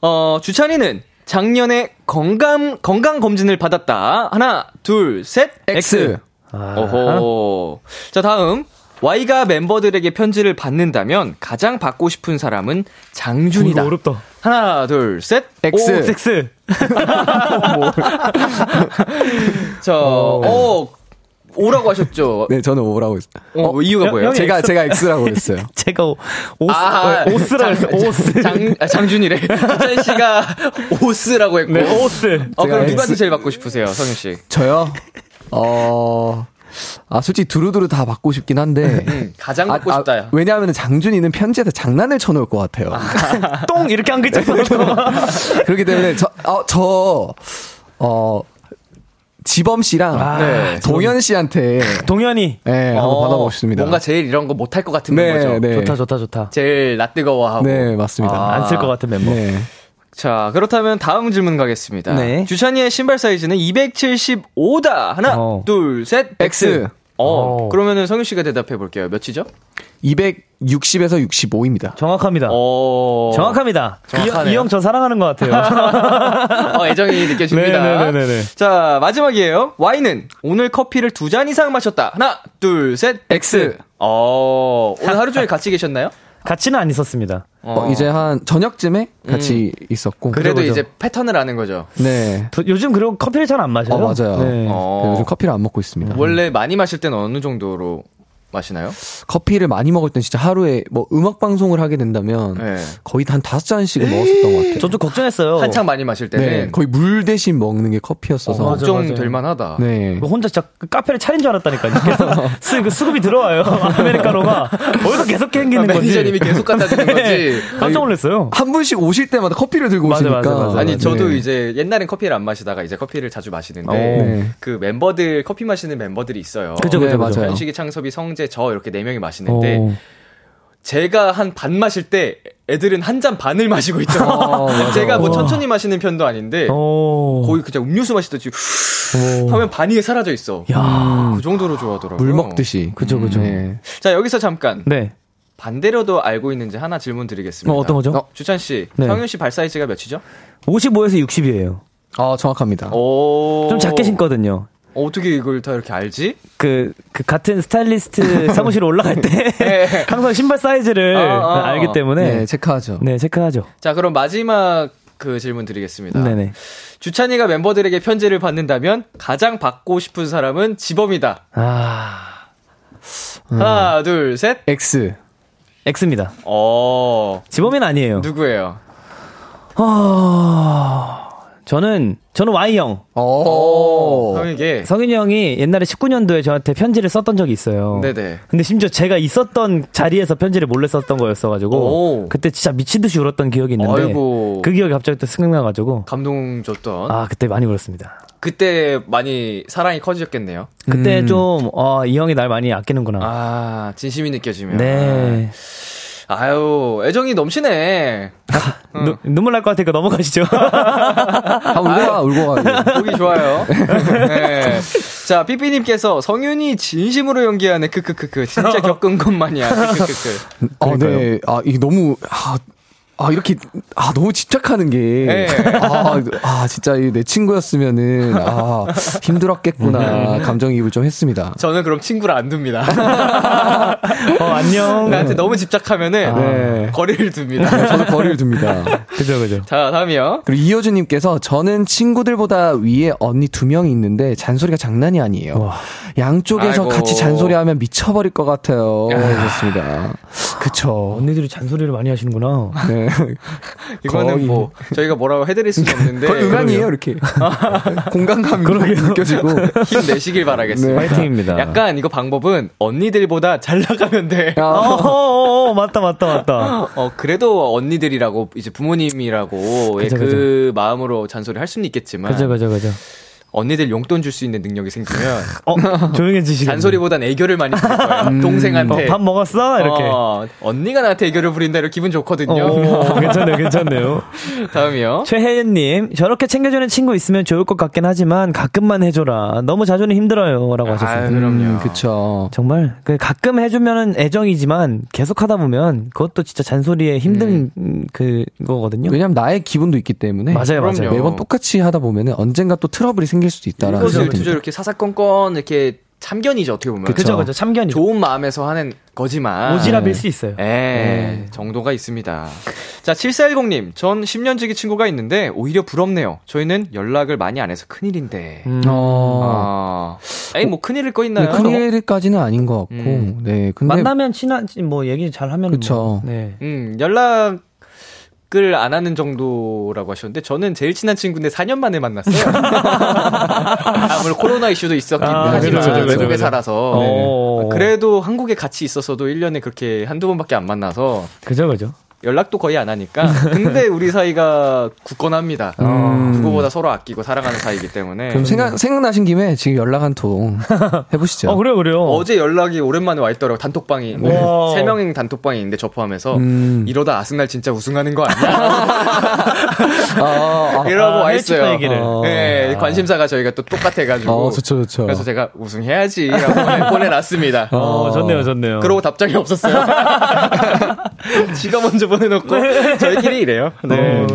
Speaker 2: 어, 주찬이는 작년에 건강, 건강 검진을 받았다. 하나, 둘, 셋, X.
Speaker 4: 아.
Speaker 2: 오호. 자, 다음. Y가 멤버들에게 편지를 받는다면 가장 받고 싶은 사람은 장준이다.
Speaker 4: 이거 어렵다. 네.
Speaker 2: 하나, 둘, 셋,
Speaker 1: X.
Speaker 2: 오,
Speaker 4: 섹스.
Speaker 2: 저, 어, 오라고 하셨죠?
Speaker 1: 네, 저는 오라고 했어요.
Speaker 2: 어, 이유가 뭐예요?
Speaker 4: 형이
Speaker 1: 제가
Speaker 4: X.
Speaker 1: 제가 X라고 했어요.
Speaker 4: 제가 오- 오스 어, 오스라고 했어. 오스.
Speaker 2: 아, 장, 아, 장준이래. 주찬 씨가 오스라고 했고.
Speaker 4: 네, 오스.
Speaker 2: 어,
Speaker 1: 제가
Speaker 2: 그럼 누구한테
Speaker 1: X.
Speaker 2: 제일 받고 싶으세요, 성윤 씨?
Speaker 1: 저요? 어. 아, 솔직히 두루두루 다 받고 싶긴 한데. 아,
Speaker 2: 음, 가장
Speaker 4: 아,
Speaker 2: 받고 싶다. 야
Speaker 1: 왜냐하면 장준이는 편지에서 장난을 쳐놓을 것 같아요.
Speaker 4: 똥 이렇게 한 글자
Speaker 2: 네.
Speaker 4: 써서.
Speaker 1: 그렇기 때문에 저, 어, 저, 어, 지범 씨랑
Speaker 2: 네. 아,
Speaker 1: 동현 씨한테
Speaker 4: 동현이.
Speaker 1: 예, 한번 받아보고 싶습니다.
Speaker 2: 어, 뭔가 제일 이런 거 못할 것 같은
Speaker 1: 네,
Speaker 2: 거죠.
Speaker 1: 네.
Speaker 4: 좋다 좋다 좋다.
Speaker 2: 제일 낯 뜨거워하고.
Speaker 1: 네, 맞습니다.
Speaker 2: 아.
Speaker 4: 안 쓸 것 같은 멤버.
Speaker 1: 네.
Speaker 2: 자, 그렇다면 다음 질문 가겠습니다.
Speaker 4: 네.
Speaker 2: 주찬이의 신발 사이즈는 275다. 하나,
Speaker 4: 어.
Speaker 2: 둘, 셋,
Speaker 1: X.
Speaker 2: 어,
Speaker 4: 어.
Speaker 2: 그러면은 성윤 씨가 대답해 볼게요. 몇이죠?
Speaker 1: 260에서 65입니다.
Speaker 4: 정확합니다.
Speaker 2: 어.
Speaker 4: 정확합니다.
Speaker 2: 정확하네요.
Speaker 4: 이 형 저 사랑하는 것 같아요.
Speaker 2: 어, 애정이 느껴집니다.
Speaker 4: 네네네네네.
Speaker 2: 자, 마지막이에요. Y는 오늘 커피를 두 잔 이상 마셨다. 하나, 둘, 셋, X. 어, 오늘 하루 종일 같이 계셨나요?
Speaker 4: 같이는 안 있었습니다.
Speaker 1: 어, 이제 한 저녁쯤에 같이 있었고.
Speaker 2: 그래도
Speaker 4: 그죠, 그죠.
Speaker 2: 이제 패턴을 아는 거죠.
Speaker 1: 네.
Speaker 4: 도- 요즘 그리고 커피를 잘 안 마셔요.
Speaker 1: 어, 맞아요.
Speaker 4: 네.
Speaker 2: 어.
Speaker 1: 요즘 커피를 안 먹고 있습니다.
Speaker 2: 원래 많이 마실 때는 어느 정도로 마시나요?
Speaker 1: 커피를 많이 먹을 땐 진짜 하루에 뭐 음악 방송을 하게 된다면
Speaker 2: 네.
Speaker 1: 거의 한 다섯 잔씩은 먹었었던 것 같아요.
Speaker 4: 저도 걱정했어요.
Speaker 2: 한창 많이 마실 때는
Speaker 1: 네, 거의 물 대신 먹는 게 커피였어서.
Speaker 4: 어, 맞아.
Speaker 2: 걱정될 만하다.
Speaker 1: 네.
Speaker 4: 혼자 진짜 그 카페를 차린 줄 알았다니까요. 계속 수, 그 수급이 들어와요. 아메리카노가. 어디서 계속
Speaker 2: 아,
Speaker 4: 캥기는 거지.
Speaker 2: 매니저님이 계속 갖다 주는 거지.
Speaker 4: 네. 깜짝 놀랐어요.
Speaker 1: 한 분씩 오실 때마다 커피를 들고
Speaker 4: 맞아,
Speaker 1: 오시니까.
Speaker 4: 맞아, 맞아.
Speaker 2: 아니 저도
Speaker 1: 네.
Speaker 2: 이제 옛날엔 커피를 안 마시다가 이제 커피를 자주 마시는데
Speaker 1: 네.
Speaker 2: 그 멤버들 커피 마시는 멤버들이 있어요.
Speaker 4: 그죠,
Speaker 1: 네,
Speaker 4: 그죠, 그죠.
Speaker 1: 맞아요.
Speaker 2: 현식이 창섭이 성재 저 이렇게 네 명이 마시는데
Speaker 4: 어.
Speaker 2: 제가 한 반 마실 때 애들은 한 잔 반을 마시고 있잖아.
Speaker 12: 어, 맞아.
Speaker 2: 제가 뭐
Speaker 12: 우와.
Speaker 2: 천천히 마시는 편도 아닌데 네.
Speaker 4: 어.
Speaker 2: 거의 그냥 음료수 마시듯이 하면 반이 사라져 있어.
Speaker 4: 아,
Speaker 2: 그 정도로 좋아하더라고요.
Speaker 1: 물 먹듯이. 네. 그죠, 그죠.
Speaker 2: 자 여기서 잠깐
Speaker 1: 네.
Speaker 2: 반대로도 알고 있는지 하나 질문 드리겠습니다.
Speaker 1: 어, 어떤 거죠? 어.
Speaker 2: 주찬 씨,
Speaker 1: 네.
Speaker 2: 성윤 씨 발 사이즈가 몇이죠?
Speaker 4: 55에서 60이에요.
Speaker 1: 아, 정확합니다.
Speaker 2: 어, 오.
Speaker 4: 좀 작게 신거든요.
Speaker 2: 어, 어떻게 이걸 다 이렇게 알지?
Speaker 4: 그, 그 같은 스타일리스트 사무실 올라갈 때 항상 신발 사이즈를
Speaker 2: 어, 어.
Speaker 4: 알기 때문에
Speaker 2: 네,
Speaker 1: 체크하죠.
Speaker 4: 네, 체크하죠.
Speaker 2: 자 그럼 마지막 그 질문 드리겠습니다.
Speaker 4: 네네.
Speaker 2: 주찬이가 멤버들에게 편지를 받는다면 가장 받고 싶은 사람은 지범이다.
Speaker 4: 아.
Speaker 2: 하나, 둘, 셋.
Speaker 1: X.
Speaker 4: X입니다.
Speaker 2: 어.
Speaker 4: 지범이는 아니에요.
Speaker 2: 누구예요?
Speaker 4: 아, 저는 저는 Y 형.
Speaker 2: 어.
Speaker 1: 오.
Speaker 2: 형에게.
Speaker 4: 성윤이 형이 옛날에 19년도에 저한테 편지를 썼던 적이 있어요.
Speaker 2: 네네.
Speaker 4: 근데 심지어 제가 있었던 자리에서 편지를 몰래 썼던 거였어가지고
Speaker 2: 오.
Speaker 4: 그때 진짜 미친 듯이 울었던 기억이 있는데
Speaker 2: 아이고.
Speaker 4: 그 기억이 갑자기 또 생각나가지고
Speaker 2: 감동 줬던.
Speaker 4: 아 그때 많이 울었습니다.
Speaker 2: 그때 많이 사랑이 커지셨겠네요.
Speaker 4: 그때 좀 어, 이 형이 날 많이 아끼는구나.
Speaker 2: 음. 아 진심이 느껴지면.
Speaker 4: 네.
Speaker 2: 아유 애정이 넘치네. 음.
Speaker 4: 누- 눈물 날 것 같으니까 넘어가시죠.
Speaker 1: 아, 울고 가, 울고 가.
Speaker 2: 보기 좋아요. 네. 자, 삐삐님께서 성윤이 진심으로 연기하네. 크크크크. 진짜 겪은 것만이야. 크크크크.
Speaker 1: 아, 네. 아, 이게 너무, 아, 아, 이렇게, 아, 너무 집착하는 게.
Speaker 2: 예.
Speaker 1: 아, 아, 진짜 이내 친구였으면은, 아, 힘들었겠구나. 감정이입을 좀 했습니다.
Speaker 2: 저는 그럼 친구를 안 둡니다.
Speaker 4: 어, 안녕.
Speaker 2: 음. 나한테 너무 집착하면은
Speaker 1: 네.
Speaker 2: 거리를 둡니다.
Speaker 1: 저도 거리를 둡니다.
Speaker 4: 그죠 그죠.
Speaker 2: 자, 다음이요.
Speaker 1: 그리고 이효주님께서 저는 친구들보다 위에 언니 두 명이 있는데 잔소리가 장난이 아니에요. 양쪽에서
Speaker 2: 아이고.
Speaker 1: 같이 잔소리하면 미쳐버릴 것 같아요. 그렇습니다. 그쵸.
Speaker 4: 언니들이 잔소리를 많이 하시는구나.
Speaker 1: 네.
Speaker 2: 이거는
Speaker 1: 거의.
Speaker 2: 뭐 저희가 뭐라고 해드릴 수는 없는데
Speaker 1: 거의 음향이에요, 이렇게. 네, 공간감이 느껴지고.
Speaker 2: 힘내시길 바라겠습니다.
Speaker 4: 네. 화이팅입니다.
Speaker 2: 약간 이거 방법은 언니들보다 잘 나가면 돼.
Speaker 1: 아,
Speaker 4: 어, 어, 어, 맞다, 맞다, 맞다.
Speaker 2: 어 그래도 언니들이라고 이제 부모님이라고 예,
Speaker 4: 그죠,
Speaker 2: 그 마음으로 잔소리 할 수는 있겠지만
Speaker 4: 그죠, 그죠, 그죠.
Speaker 2: 언니들 용돈 줄 수 있는 능력이 생기면
Speaker 4: 어, 조용해지시고.
Speaker 2: 잔소리보단 애교를 많이 부릴 거야. 동생한테.
Speaker 4: 밥 먹었어? 이렇게. 어,
Speaker 2: 어, 언니가 나한테 애교를 부린다 이런 기분 좋거든요.
Speaker 4: 오, 어, 괜찮네요, 괜찮네요.
Speaker 2: 다음이요.
Speaker 4: 최혜연님, 저렇게 챙겨주는 친구 있으면 좋을 것 같긴 하지만 가끔만 해줘라. 너무 자주는 힘들어요. 라고 하셨습니다.
Speaker 1: 음, 그쵸.
Speaker 4: 정말 그 가끔 해주면은 애정이지만 계속 하다 보면 그것도 진짜 잔소리에 힘든
Speaker 2: 음.
Speaker 4: 그거거든요.
Speaker 1: 왜냐면 나의 기분도 있기 때문에.
Speaker 4: 맞아요,
Speaker 2: 그럼요.
Speaker 4: 맞아요.
Speaker 1: 매번 똑같이 하다 보면은 언젠가 또 트러블이 생길 수도 있다라는
Speaker 2: 이것을
Speaker 1: 생각이
Speaker 2: 그죠
Speaker 1: 듭니다.
Speaker 2: 이렇게 사사건건 이렇게 참견이죠 어떻게 보면. 그렇죠?
Speaker 4: 그죠, 그죠. 참견이
Speaker 2: 좋은 마음에서 하는 거지만.
Speaker 4: 오지랖일 수 있어요.
Speaker 2: 에 정도가 있습니다. 자, 7410님. 전 10년지기 친구가 있는데 오히려 부럽네요. 저희는 연락을 많이 안 해서 큰일인데.
Speaker 1: 어.
Speaker 2: 음. 아. 에이, 뭐 큰일일 거
Speaker 1: 네,
Speaker 2: 있나요?
Speaker 1: 큰일까지는 아닌 것 같고,
Speaker 2: 음.
Speaker 1: 네. 근데
Speaker 4: 만나면 친한 뭐 얘기 잘 하면
Speaker 1: 그쵸.
Speaker 4: 네.
Speaker 2: 음, 연락을 안 하는 정도라고 하셨는데 저는 제일 친한 친구인데 4년 만에 만났어요. 아무래도 코로나 이슈도 있었긴
Speaker 4: 아, 그죠,
Speaker 2: 하지만
Speaker 4: 그죠, 그죠,
Speaker 2: 외국에
Speaker 4: 그죠.
Speaker 2: 살아서 네.
Speaker 4: 어.
Speaker 2: 그래도 한국에 같이 있었어도 1년에 그렇게 한두 번밖에 안 만나서
Speaker 4: 그죠 그죠.
Speaker 2: 연락도 거의 안 하니까 근데 우리 사이가 굳건합니다.
Speaker 4: 음.
Speaker 2: 어, 누구보다 서로 아끼고 사랑하는 사이이기 때문에
Speaker 1: 그럼 생각, 생각나신 김에 지금 연락 한통 해보시죠.
Speaker 4: 어 그래요 그래요.
Speaker 2: 어제 연락이 오랜만에 와 있더라고 단톡방이
Speaker 4: 와.
Speaker 2: 세 명인 단톡방이 있는데 저 포함해서
Speaker 1: 음.
Speaker 2: 이러다 아스날 진짜 우승하는 거 아니야?
Speaker 1: 아,
Speaker 2: 이러고
Speaker 4: 아,
Speaker 2: 와
Speaker 4: 헬스
Speaker 2: 있어요.
Speaker 4: 얘기를.
Speaker 2: 어. 네, 관심사가 저희가 또 똑같아가지고.
Speaker 1: 어, 좋죠, 좋죠.
Speaker 2: 그래서 제가 우승해야지라고 보내- 보내놨습니다.
Speaker 4: 어, 좋네요 좋네요.
Speaker 2: 그러고 답장이 없었어요. 지가 먼저 보내놓고 저희끼리 이래요.
Speaker 4: 어.
Speaker 2: 네.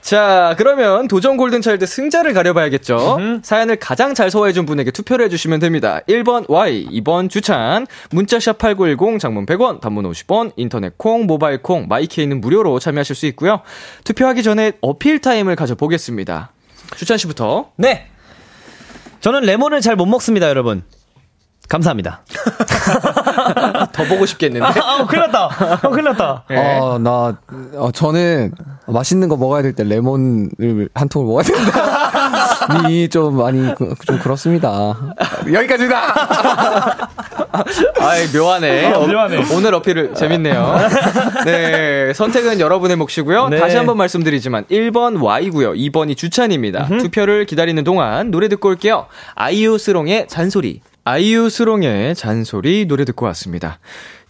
Speaker 2: 자, 그러면 도전 골든차일드 승자를 가려봐야겠죠? 사연을 가장 잘 소화해준 분에게 투표를 해주시면 됩니다. 1번 Y, 2번 주찬, 문자샵 8910, 장문 100원, 단문 50원, 인터넷 콩, 모바일 콩, 마이케이는 무료로 참여하실 수 있고요. 투표하기 전에 어필 타임을 가져보겠습니다. 주찬 씨부터.
Speaker 4: 네. 저는 레몬을 잘 못 먹습니다 여러분. 감사합니다.
Speaker 2: 더 보고 싶겠는데?
Speaker 4: 아, 아 큰일 났다. 어, 큰일 났다.
Speaker 1: 어,
Speaker 2: 네.
Speaker 1: 나, 어, 저는 맛있는 거 먹어야 될 때 레몬을 한 통을 먹어야 된다. 이좀 많이, 그- 좀 그렇습니다. 여기까지다!
Speaker 2: 아이, 묘하네. 어, 오늘 어필을 재밌네요. 네, 선택은 여러분의 몫이고요.
Speaker 4: 네.
Speaker 2: 다시 한번 말씀드리지만 1번 Y고요. 2번이 주찬입니다. 투표를 기다리는 동안 노래 듣고 올게요. 아이유 스롱의 잔소리. 아이유 스롱의 잔소리 노래 듣고 왔습니다.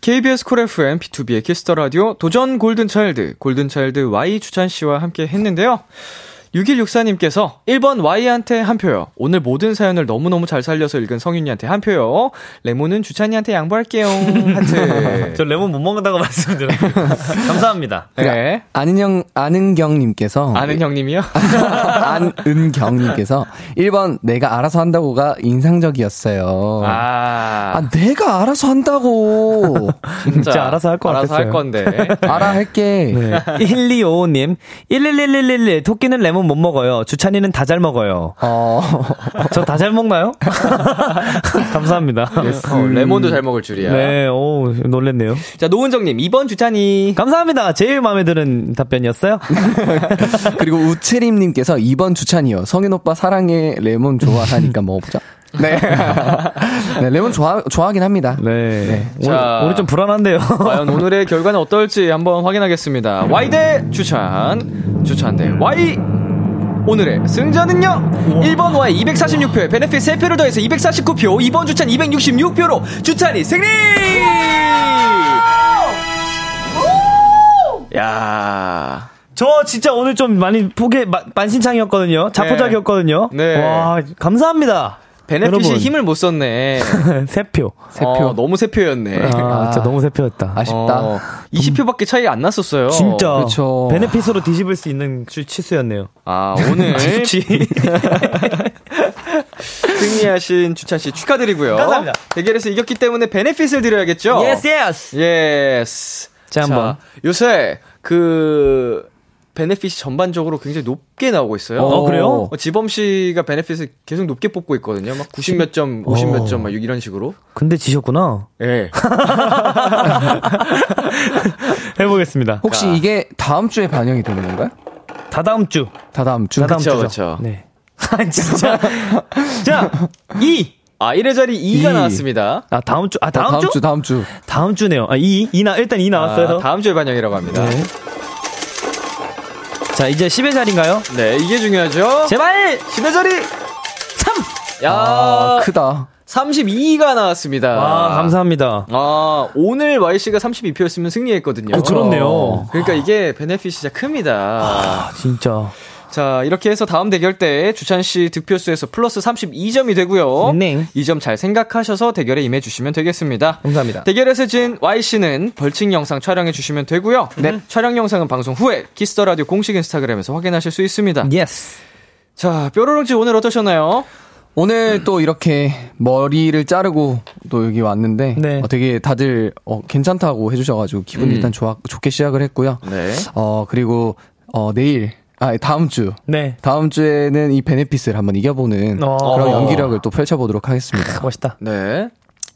Speaker 2: KBS 쿨 FM B2B의 키스터 라디오 도전 골든 차일드 골든 차일드 Y 추찬 씨와 함께 했는데요. 6164님께서 1번 Y한테 한 표요. 오늘 모든 사연을 너무너무 잘 살려서 읽은 성윤이한테 한 표요. 레몬은 주찬이한테 양보할게요. 하트.
Speaker 4: 저 레몬 못 먹는다고 말씀드렸어요. 감사합니다.
Speaker 1: 그러니까 아는 형 아는경님께서
Speaker 2: 네. 아는 형님이요?
Speaker 1: 안은경님께서 1번 내가 알아서 한다고가 인상적이었어요. 아,
Speaker 2: 아,
Speaker 1: 내가 알아서 한다고
Speaker 4: 진짜 알아서 할것
Speaker 2: 알아서
Speaker 4: 같았어요.
Speaker 2: 할 건데.
Speaker 1: 알아 할게.
Speaker 4: 1255님, 111111 네. 토끼는 레몬 못 먹어요. 주찬이는 다 잘 먹어요.
Speaker 1: 어
Speaker 4: 저 다 잘 먹나요? 감사합니다.
Speaker 2: 어, 레몬도 잘 먹을 줄이야.
Speaker 4: 네, 오, 놀랬네요.
Speaker 2: 자, 노은정님, 2번 주찬이.
Speaker 4: 감사합니다. 제일 마음에 드는 답변이었어요.
Speaker 1: 그리고 우채림님께서 2번 주찬이요. 성인 오빠 사랑해 레몬 좋아하니까 먹어보자. 네. 네, 레몬 좋아 좋아하긴 합니다.
Speaker 4: 네. 오늘,
Speaker 2: 자. 아,
Speaker 4: 오늘 좀 불안한데요.
Speaker 2: 과연 오늘의 결과는 어떨지 한번 확인하겠습니다. Y 대 주찬, 주찬 대 Y. 오늘의 승자는요. 1번 Y 246표에 베네핏 3표를 더해서 249표, 2번 주찬 266표로 주찬이 승리! 야.
Speaker 4: 저 진짜 오늘 좀 많이 포기, 마- 만신창이었거든요. 자포자기였거든요.
Speaker 2: 네.
Speaker 4: 와, 감사합니다.
Speaker 2: 베네핏이
Speaker 4: 여러분.
Speaker 2: 힘을 못 썼네.
Speaker 4: 세표.
Speaker 2: 어, 너무 세표였네.
Speaker 4: 아, 진짜 너무 세표였다.
Speaker 1: 아쉽다.
Speaker 2: 20표밖에 차이 안 났었어요.
Speaker 4: 어, 진짜.
Speaker 1: 그렇죠.
Speaker 4: 베네핏으로 뒤집을 수 있는 주- 치수였네요.
Speaker 2: 아, 오늘 승리하신 주찬 씨 축하드리고요.
Speaker 4: 감사합니다.
Speaker 2: 대결에서 이겼기 때문에 베네핏을
Speaker 4: 어.
Speaker 2: 드려야겠죠?
Speaker 4: yes.
Speaker 2: 예스.
Speaker 4: 자, 한번.
Speaker 2: 요새 그 베네핏이 전반적으로 굉장히 높게 나오고 있어요.
Speaker 4: 어, 그래요?
Speaker 2: 어, 지범 씨가 베네핏을 계속 높게 뽑고 있거든요. 막 90몇 점,
Speaker 4: 어.
Speaker 2: 50몇 점, 막 이런 식으로.
Speaker 4: 근데 지셨구나.
Speaker 2: 예.
Speaker 4: 해보겠습니다.
Speaker 1: 혹시 이게 다음 주에 반영이 되는 건가요?
Speaker 4: 다 다음 주.
Speaker 1: 다 다음 주.
Speaker 4: 다 다음
Speaker 2: 그쵸,
Speaker 4: 주죠.
Speaker 2: 그쵸.
Speaker 4: 네. 아, 진짜. 자, 2.
Speaker 2: 아, 1의 자리 2가
Speaker 1: 이.
Speaker 2: 나왔습니다.
Speaker 4: 아, 다음 주. 아,
Speaker 1: 어,
Speaker 4: 다음, 주?
Speaker 1: 다음 주.
Speaker 4: 다음 주네요. 아, 2. 2나, 일단 2 나왔어요.
Speaker 2: 아, 다음 주에 반영이라고 합니다. 네,
Speaker 4: 자, 이제 10의 자리인가요?
Speaker 2: 네, 이게 중요하죠.
Speaker 4: 제발!
Speaker 2: 10의 자리!
Speaker 4: 3!
Speaker 2: 야,
Speaker 1: 아, 크다.
Speaker 2: 32가 나왔습니다.
Speaker 4: 와, 아, 감사합니다.
Speaker 2: 아, 오늘 Y씨가 32표였으면 승리했거든요.
Speaker 4: 어, 그렇네요.
Speaker 2: 그러니까 이게 베네핏이 진짜 큽니다.
Speaker 4: 아, 진짜.
Speaker 2: 자, 이렇게 해서 다음 대결 때 주찬씨 득표수에서 플러스 32점이 되고요.
Speaker 4: 네.
Speaker 2: 이 점 잘 생각하셔서 대결에 임해주시면 되겠습니다.
Speaker 4: 감사합니다.
Speaker 2: 대결에서 진 Y씨는 벌칙 영상 촬영해주시면 되고요.
Speaker 4: 음.
Speaker 2: 네. 촬영 영상은 방송 후에 키스터라디오 공식 인스타그램에서 확인하실 수 있습니다.
Speaker 4: 네. 예스.
Speaker 2: 자, 뾰로롱씨 오늘 어떠셨나요?
Speaker 1: 오늘 또 이렇게 머리를 자르고 또 여기 왔는데
Speaker 4: 네.
Speaker 1: 어, 되게 다들 어, 괜찮다고 해주셔가지고 기분이 일단 좋아, 좋게 시작을 했고요.
Speaker 2: 네.
Speaker 1: 어 그리고 어 내일 아 다음 주
Speaker 4: 네.
Speaker 1: 다음 주에는 이 베네핏을 한번 이겨보는
Speaker 4: 어.
Speaker 1: 그런 연기력을 또 펼쳐보도록 하겠습니다.
Speaker 4: 멋있다.
Speaker 2: 네.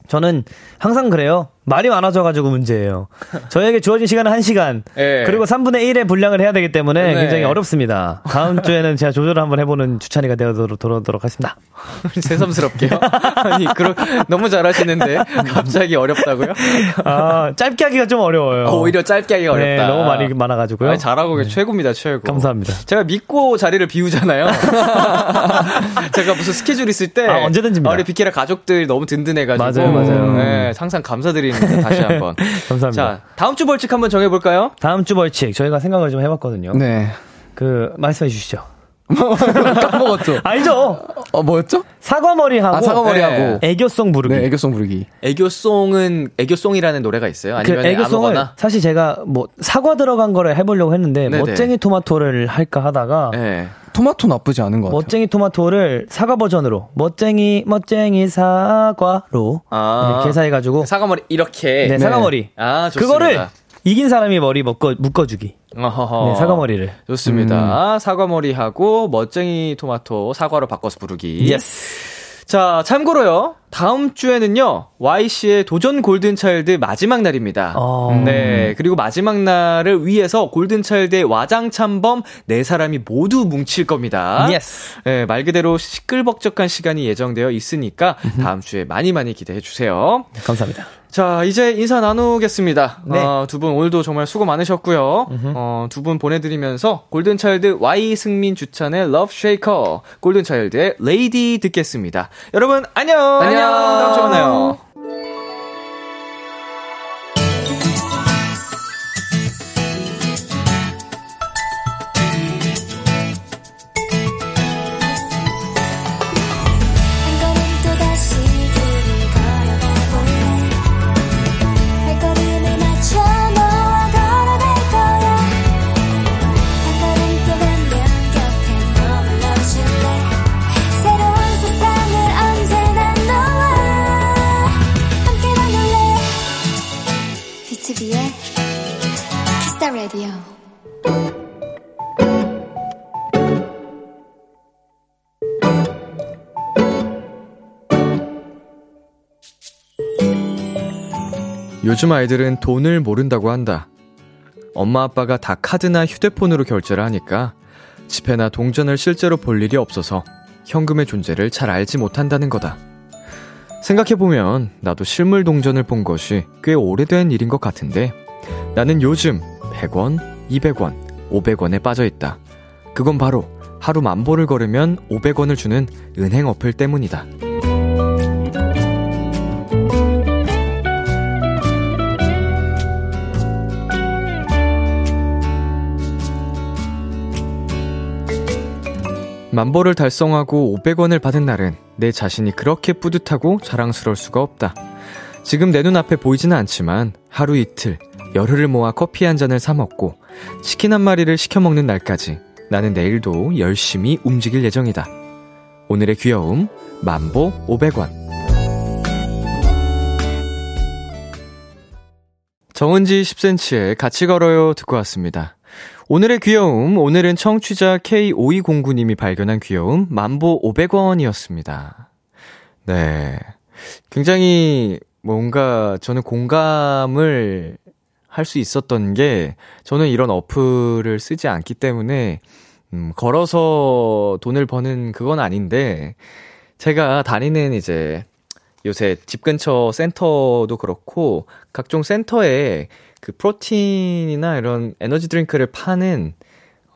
Speaker 4: 저는 항상 그래요. 말이 많아져가지고 문제예요. 저에게 주어진 시간은 1시간.
Speaker 2: 예.
Speaker 4: 그리고 3분의 1의 분량을 해야 되기 때문에
Speaker 2: 네.
Speaker 4: 굉장히 어렵습니다. 다음 주에는 제가 조절을 한번 해보는 주찬이가 되어도록 돌아오도록 하겠습니다.
Speaker 2: 새삼스럽게요. 아니, 그러, 너무 잘하시는데 갑자기 어렵다고요?
Speaker 4: 아, 짧게 하기가 좀 어려워요.
Speaker 2: 어, 오히려 짧게 하기가
Speaker 4: 네,
Speaker 2: 어렵다.
Speaker 4: 너무 말이 많아가지고요. 네.
Speaker 2: 아니, 잘하고 계신 최고입니다, 최고.
Speaker 4: 감사합니다.
Speaker 2: 제가 믿고 자리를 비우잖아요. 제가 무슨 스케줄 있을 때
Speaker 4: 아, 언제든지입니다.
Speaker 2: 아, 우리 비케라 가족들 너무 든든해가지고
Speaker 4: 맞아요, 맞아요. 음.
Speaker 2: 네, 항상 감사드립니다. 다시 한번.
Speaker 4: 감사합니다.
Speaker 2: 자, 다음 주 벌칙 한번 정해볼까요?
Speaker 4: 다음 주 벌칙 저희가 생각을 좀 해봤거든요.
Speaker 1: 네.
Speaker 4: 그 말씀해 주시죠.
Speaker 1: 까먹었죠?
Speaker 4: 알죠?
Speaker 1: 어, 뭐였죠?
Speaker 4: 사과머리하고
Speaker 1: 아, 사과머리하고.
Speaker 4: 애교송 부르기.
Speaker 1: 네, 애교송 부르기.
Speaker 2: 애교송은 애교송이라는 노래가 있어요?
Speaker 4: 그
Speaker 2: 아니면
Speaker 4: 애교송을
Speaker 2: 아무거나?
Speaker 4: 사실 제가 뭐 사과 들어간 거를 해보려고 했는데
Speaker 2: 네네.
Speaker 4: 멋쟁이 토마토를 할까 하다가
Speaker 2: 네.
Speaker 1: 토마토 나쁘지 않은 것 같아요.
Speaker 4: 멋쟁이 토마토를 사과 버전으로 멋쟁이 멋쟁이 사과로
Speaker 2: 아.
Speaker 4: 이렇게 해가지고
Speaker 2: 사과머리 이렇게.
Speaker 4: 네, 사과머리
Speaker 2: 아, 좋습니다.
Speaker 4: 그거를 이긴 사람이 머리 묶어 묶어주기
Speaker 2: 어허허.
Speaker 4: 네, 사과머리를 음.
Speaker 2: 좋습니다. 사과머리하고 멋쟁이 토마토 사과로 바꿔서 부르기. 자, 참고로요. 다음 주에는요. Y씨의 도전 골든차일드 마지막 날입니다.
Speaker 4: 어.
Speaker 2: 네. 그리고 마지막 날을 위해서 골든차일드의 와장참범 네 사람이 모두 뭉칠 겁니다.
Speaker 4: 예스.
Speaker 2: 네, 말 그대로 시끌벅적한 시간이 예정되어 있으니까 다음 주에 많이 많이 기대해 주세요.
Speaker 4: 네, 감사합니다.
Speaker 2: 자, 이제 인사 나누겠습니다. 어,
Speaker 4: 네.
Speaker 2: 두 분 오늘도 정말 수고 많으셨고요. 어, 두 분 보내드리면서 골든차일드 Y 승민 주찬의 Love Shaker, 골든차일드의 Lady 듣겠습니다. 여러분, 안녕! 안녕! 다음 주에 만나요.
Speaker 3: 키
Speaker 2: 요즘 아이들은 돈을 모른다고 한다. 엄마 아빠가 다 카드나 휴대폰으로 결제를 하니까 지폐나 동전을 실제로 볼 일이 없어서 현금의 존재를 잘 알지 못한다는 거다. 생각해보면 나도 실물 동전을 본 것이 꽤 오래된 일인 것 같은데 나는 요즘 100원, 200원, 500원에 빠져 있다. 그건 바로 하루 만보를 걸으면 500원을 주는 은행 어플 때문이다. 만보를 달성하고 500원을 받은 날은 내 자신이 그렇게 뿌듯하고 자랑스러울 수가 없다. 지금 내 눈앞에 보이지는 않지만 하루 이틀, 열흘을 모아 커피 한 잔을 사 먹고 치킨 한 마리를 시켜 먹는 날까지 나는 내일도 열심히 움직일 예정이다. 오늘의 귀여움, 만보 500원. 정은지 10cm의 같이 걸어요 듣고 왔습니다. 오늘의 귀여움, 오늘은 청취자 K5209님이 발견한 귀여움, 만보 500원이었습니다. 네. 굉장히 뭔가 저는 공감을 할 수 있었던 게, 저는 이런 어플을 쓰지 않기 때문에, 음, 걸어서 돈을 버는 그건 아닌데, 제가 다니는 이제 요새 집 근처 센터도 그렇고 각종 센터에 그 프로틴이나 이런 에너지 드링크를 파는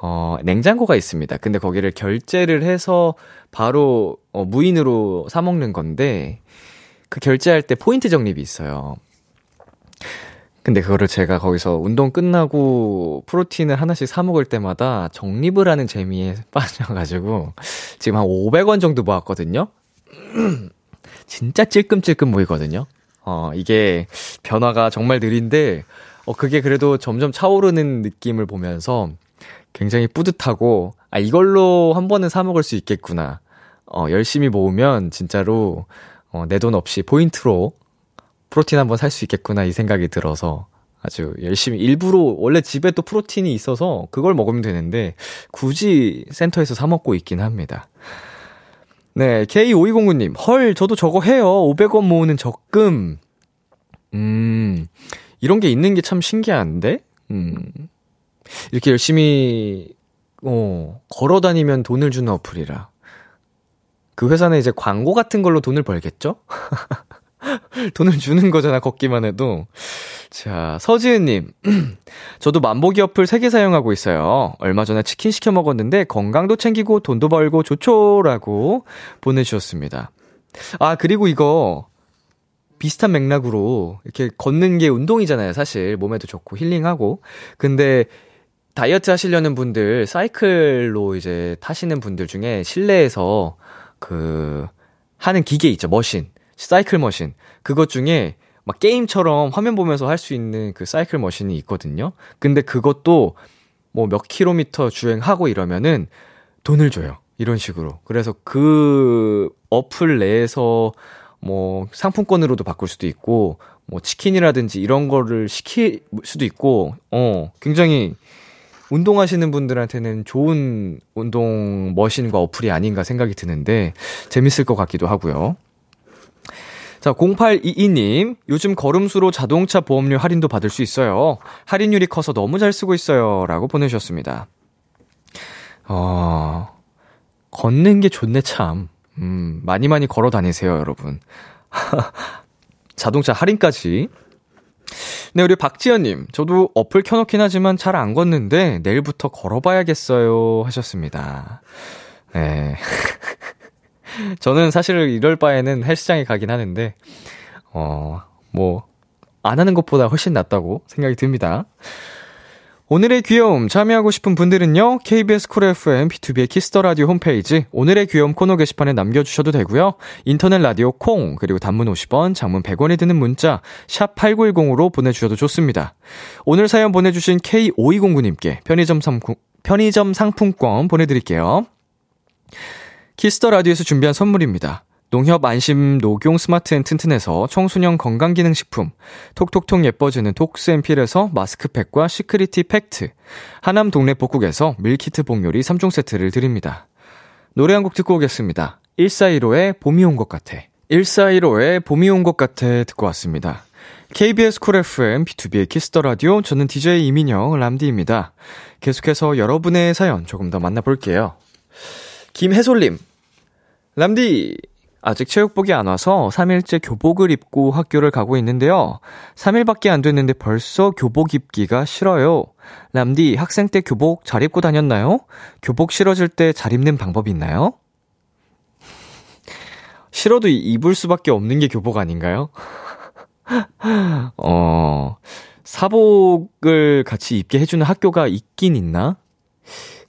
Speaker 2: 어 냉장고가 있습니다. 근데 거기를 결제를 해서 바로 어 무인으로 사 먹는 건데 그 결제할 때 포인트 적립이 있어요. 근데 그거를 제가 거기서 운동 끝나고 프로틴을 하나씩 사 먹을 때마다 적립을 하는 재미에 빠져가지고 지금 한 500원 정도 모았거든요. 진짜 찔끔찔끔 보이거든요. 어, 이게 변화가 정말 느린데, 어, 그게 그래도 점점 차오르는 느낌을 보면서 굉장히 뿌듯하고, 아, 이걸로 한 번은 사먹을 수 있겠구나. 어, 열심히 모으면 진짜로, 어, 내 돈 없이 포인트로 프로틴 한 번 살 수 있겠구나 이 생각이 들어서 아주 열심히 일부러 원래 집에 또 프로틴이 있어서 그걸 먹으면 되는데 굳이 센터에서 사 먹고 있긴 합니다. 네, K5209님. 헐, 저도 저거 해요. 500원 모으는 적금. 음, 이런 게 있는 게 참 신기한데? 음, 이렇게 열심히, 어, 걸어 다니면 돈을 주는 어플이라. 그 회사는 이제 광고 같은 걸로 돈을 벌겠죠? 돈을 주는 거잖아, 걷기만 해도. 자, 서지은님. 저도 만보기 어플 3개 사용하고 있어요. 얼마 전에 치킨 시켜 먹었는데 건강도 챙기고 돈도 벌고 좋죠라고 보내주셨습니다. 아, 그리고 이거 비슷한 맥락으로 이렇게 걷는 게 운동이잖아요, 사실. 몸에도 좋고 힐링하고. 근데 다이어트 하시려는 분들, 사이클로 이제 타시는 분들 중에 실내에서 그, 하는 기계 있죠, 머신. 사이클 머신. 그것 중에 막 게임처럼 화면 보면서 할 수 있는 그 사이클 머신이 있거든요. 근데 그것도 뭐 몇 킬로미터 주행하고 이러면은 돈을 줘요. 이런 식으로. 그래서 그 어플 내에서 뭐 상품권으로도 바꿀 수도 있고 뭐 치킨이라든지 이런 거를 시킬 수도 있고 어, 굉장히 운동하시는 분들한테는 좋은 운동 머신과 어플이 아닌가 생각이 드는데 재밌을 것 같기도 하고요. 자, 0822님, 요즘 걸음수로 자동차 보험료 할인도 받을 수 있어요. 할인율이 커서 너무 잘 쓰고 있어요. 라고 보내주셨습니다. 어, 걷는 게 좋네, 참. 음, 많이 많이 걸어 다니세요, 여러분. 자동차 할인까지. 네, 우리 박지연님, 저도 어플 켜놓긴 하지만 잘 안 걷는데, 내일부터 걸어봐야겠어요. 하셨습니다. 네. 저는 사실 이럴 바에는 헬스장에 가긴 하는데, 어, 뭐, 안 하는 것보다 훨씬 낫다고 생각이 듭니다. 오늘의 귀여움 참여하고 싶은 분들은요, KBS 쿨 FM B2B의 키스터 라디오 홈페이지, 오늘의 귀여움 코너 게시판에 남겨주셔도 되고요, 인터넷 라디오 콩, 그리고 단문 50원, 장문 100원이 드는 문자, 샵8910으로 보내주셔도 좋습니다. 오늘 사연 보내주신 K5209님께 편의점 상품, 편의점 상품권 보내드릴게요. 키스터 라디오에서 준비한 선물입니다. 농협 안심 녹용 스마트 앤 튼튼에서 청소년 건강기능식품, 톡톡톡 예뻐지는 톡스앤필에서 마스크팩과 시크리티 팩트, 하남 동네 복국에서 밀키트 복요리 3종 세트를 드립니다. 노래 한 곡 듣고 오겠습니다. 1415의 봄이 온 것 같아. 1415의 봄이 온 것 같아 듣고 왔습니다. KBS 쿨 FM B2B의 키스터 라디오 저는 DJ 이민영 람디입니다. 계속해서 여러분의 사연 조금 더 만나볼게요. 김혜솔님, 람디 아직 체육복이 안 와서 3일째 교복을 입고 학교를 가고 있는데요. 3일밖에 안 됐는데 벌써 교복 입기가 싫어요. 람디 학생 때 교복 잘 입고 다녔나요? 교복 싫어질 때 잘 입는 방법이 있나요? 싫어도 입을 수밖에 없는 게 교복 아닌가요? 어, 사복을 같이 입게 해주는 학교가 있긴 있나?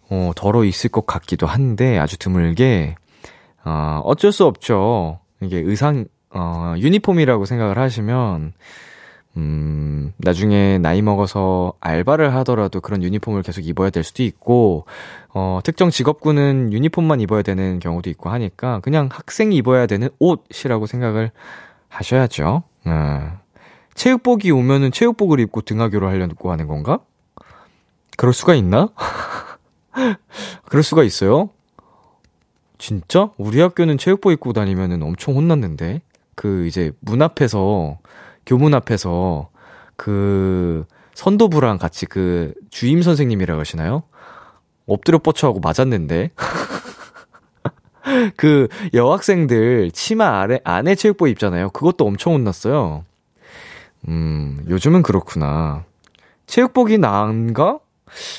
Speaker 2: 어, 덜어 있을 것 같기도 한데, 아주 드물게, 어, 어쩔 수 없죠. 이게 의상, 어, 유니폼이라고 생각을 하시면, 음, 나중에 나이 먹어서 알바를 하더라도 그런 유니폼을 계속 입어야 될 수도 있고, 어, 특정 직업군은 유니폼만 입어야 되는 경우도 있고 하니까, 그냥 학생이 입어야 되는 옷이라고 생각을 하셔야죠. 음. 체육복이 오면은 체육복을 입고 등하교를 하려고 하는 건가? 그럴 수가 있나? 그럴 수가 있어요? 진짜? 우리 학교는 체육복 입고 다니면은 엄청 혼났는데. 그 이제 문 앞에서 교문 앞에서 그 선도부랑 같이 그 주임 선생님이라고 하시나요? 엎드려 뻗쳐하고 맞았는데. 그 여학생들 치마 아래 안에 체육복 입잖아요. 그것도 엄청 혼났어요. 음, 요즘은 그렇구나. 체육복이 나은가?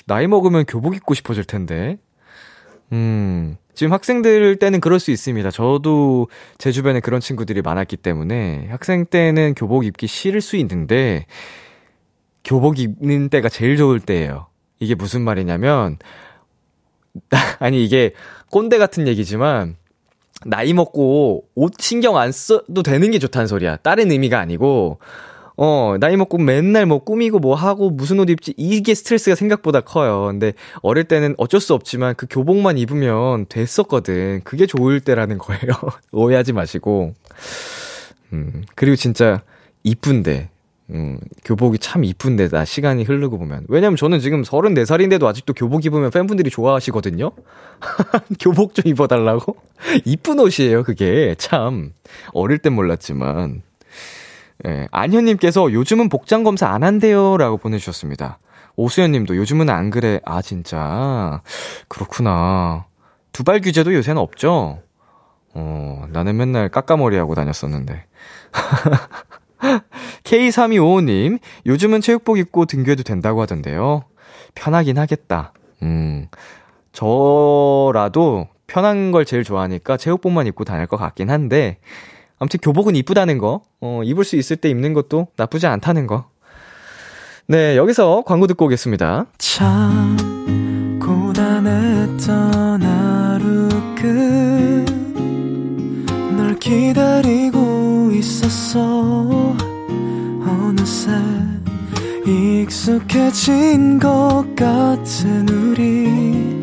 Speaker 2: 나이 먹으면 교복 입고 싶어질 텐데. 음, 지금 학생들 때는 그럴 수 있습니다. 저도 제 주변에 그런 친구들이 많았기 때문에 학생 때는 교복 입기 싫을 수 있는데 교복 입는 때가 제일 좋을 때예요. 이게 무슨 말이냐면 아니 이게 꼰대 같은 얘기지만 나이 먹고 옷 신경 안 써도 되는 게 좋다는 소리야. 다른 의미가 아니고 어, 나이 먹고 맨날 뭐 꾸미고 뭐 하고 무슨 옷 입지 이게 스트레스가 생각보다 커요. 근데 어릴 때는 어쩔 수 없지만 그 교복만 입으면 됐었거든. 그게 좋을 때라는 거예요. 오해하지 마시고. 음, 그리고 진짜 이쁜데. 음, 교복이 참 이쁜데, 나 시간이 흐르고 보면. 왜냐면 저는 지금 34살인데도 아직도 교복 입으면 팬분들이 좋아하시거든요? 교복 좀 입어달라고? 이쁜 옷이에요, 그게. 참. 어릴 땐 몰랐지만. 예, 안현님께서 요즘은 복장 검사 안 한대요. 라고 보내주셨습니다. 오수연님도 요즘은 안 그래. 아, 진짜. 그렇구나. 두발 규제도 요새는 없죠? 어, 나는 맨날 까까머리 하고 다녔었는데. K3255님, 요즘은 체육복 입고 등교해도 된다고 하던데요. 편하긴 하겠다. 음, 저라도 편한 걸 제일 좋아하니까 체육복만 입고 다닐 것 같긴 한데, 아무튼 교복은 이쁘다는 거, 어, 입을 수 있을 때 입는 것도 나쁘지 않다는 거. 네, 여기서 광고 듣고 오겠습니다.
Speaker 3: 참 고단했던 하루 끝널 기다리고 있었어 어느새 익숙해진 것 같은 우리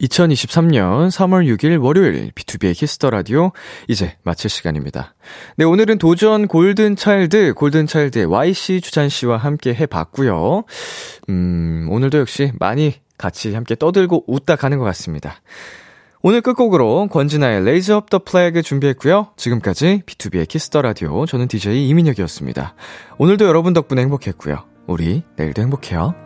Speaker 2: 2023년 3월 6일 월요일 B2B의 키스터 라디오 이제 마칠 시간입니다. 네, 오늘은 도전 골든 차일드, 골든 차일드의 YC 주찬 씨와 함께 해 봤고요. 음, 오늘도 역시 많이 같이 함께 떠들고 웃다 가는 것 같습니다. 오늘 끝곡으로 권진아의 레이즈 업 더 플래그 준비했고요. 지금까지 B2B의 키스터 라디오 저는 DJ 이민혁이었습니다. 오늘도 여러분 덕분에 행복했고요. 우리 내일도 행복해요.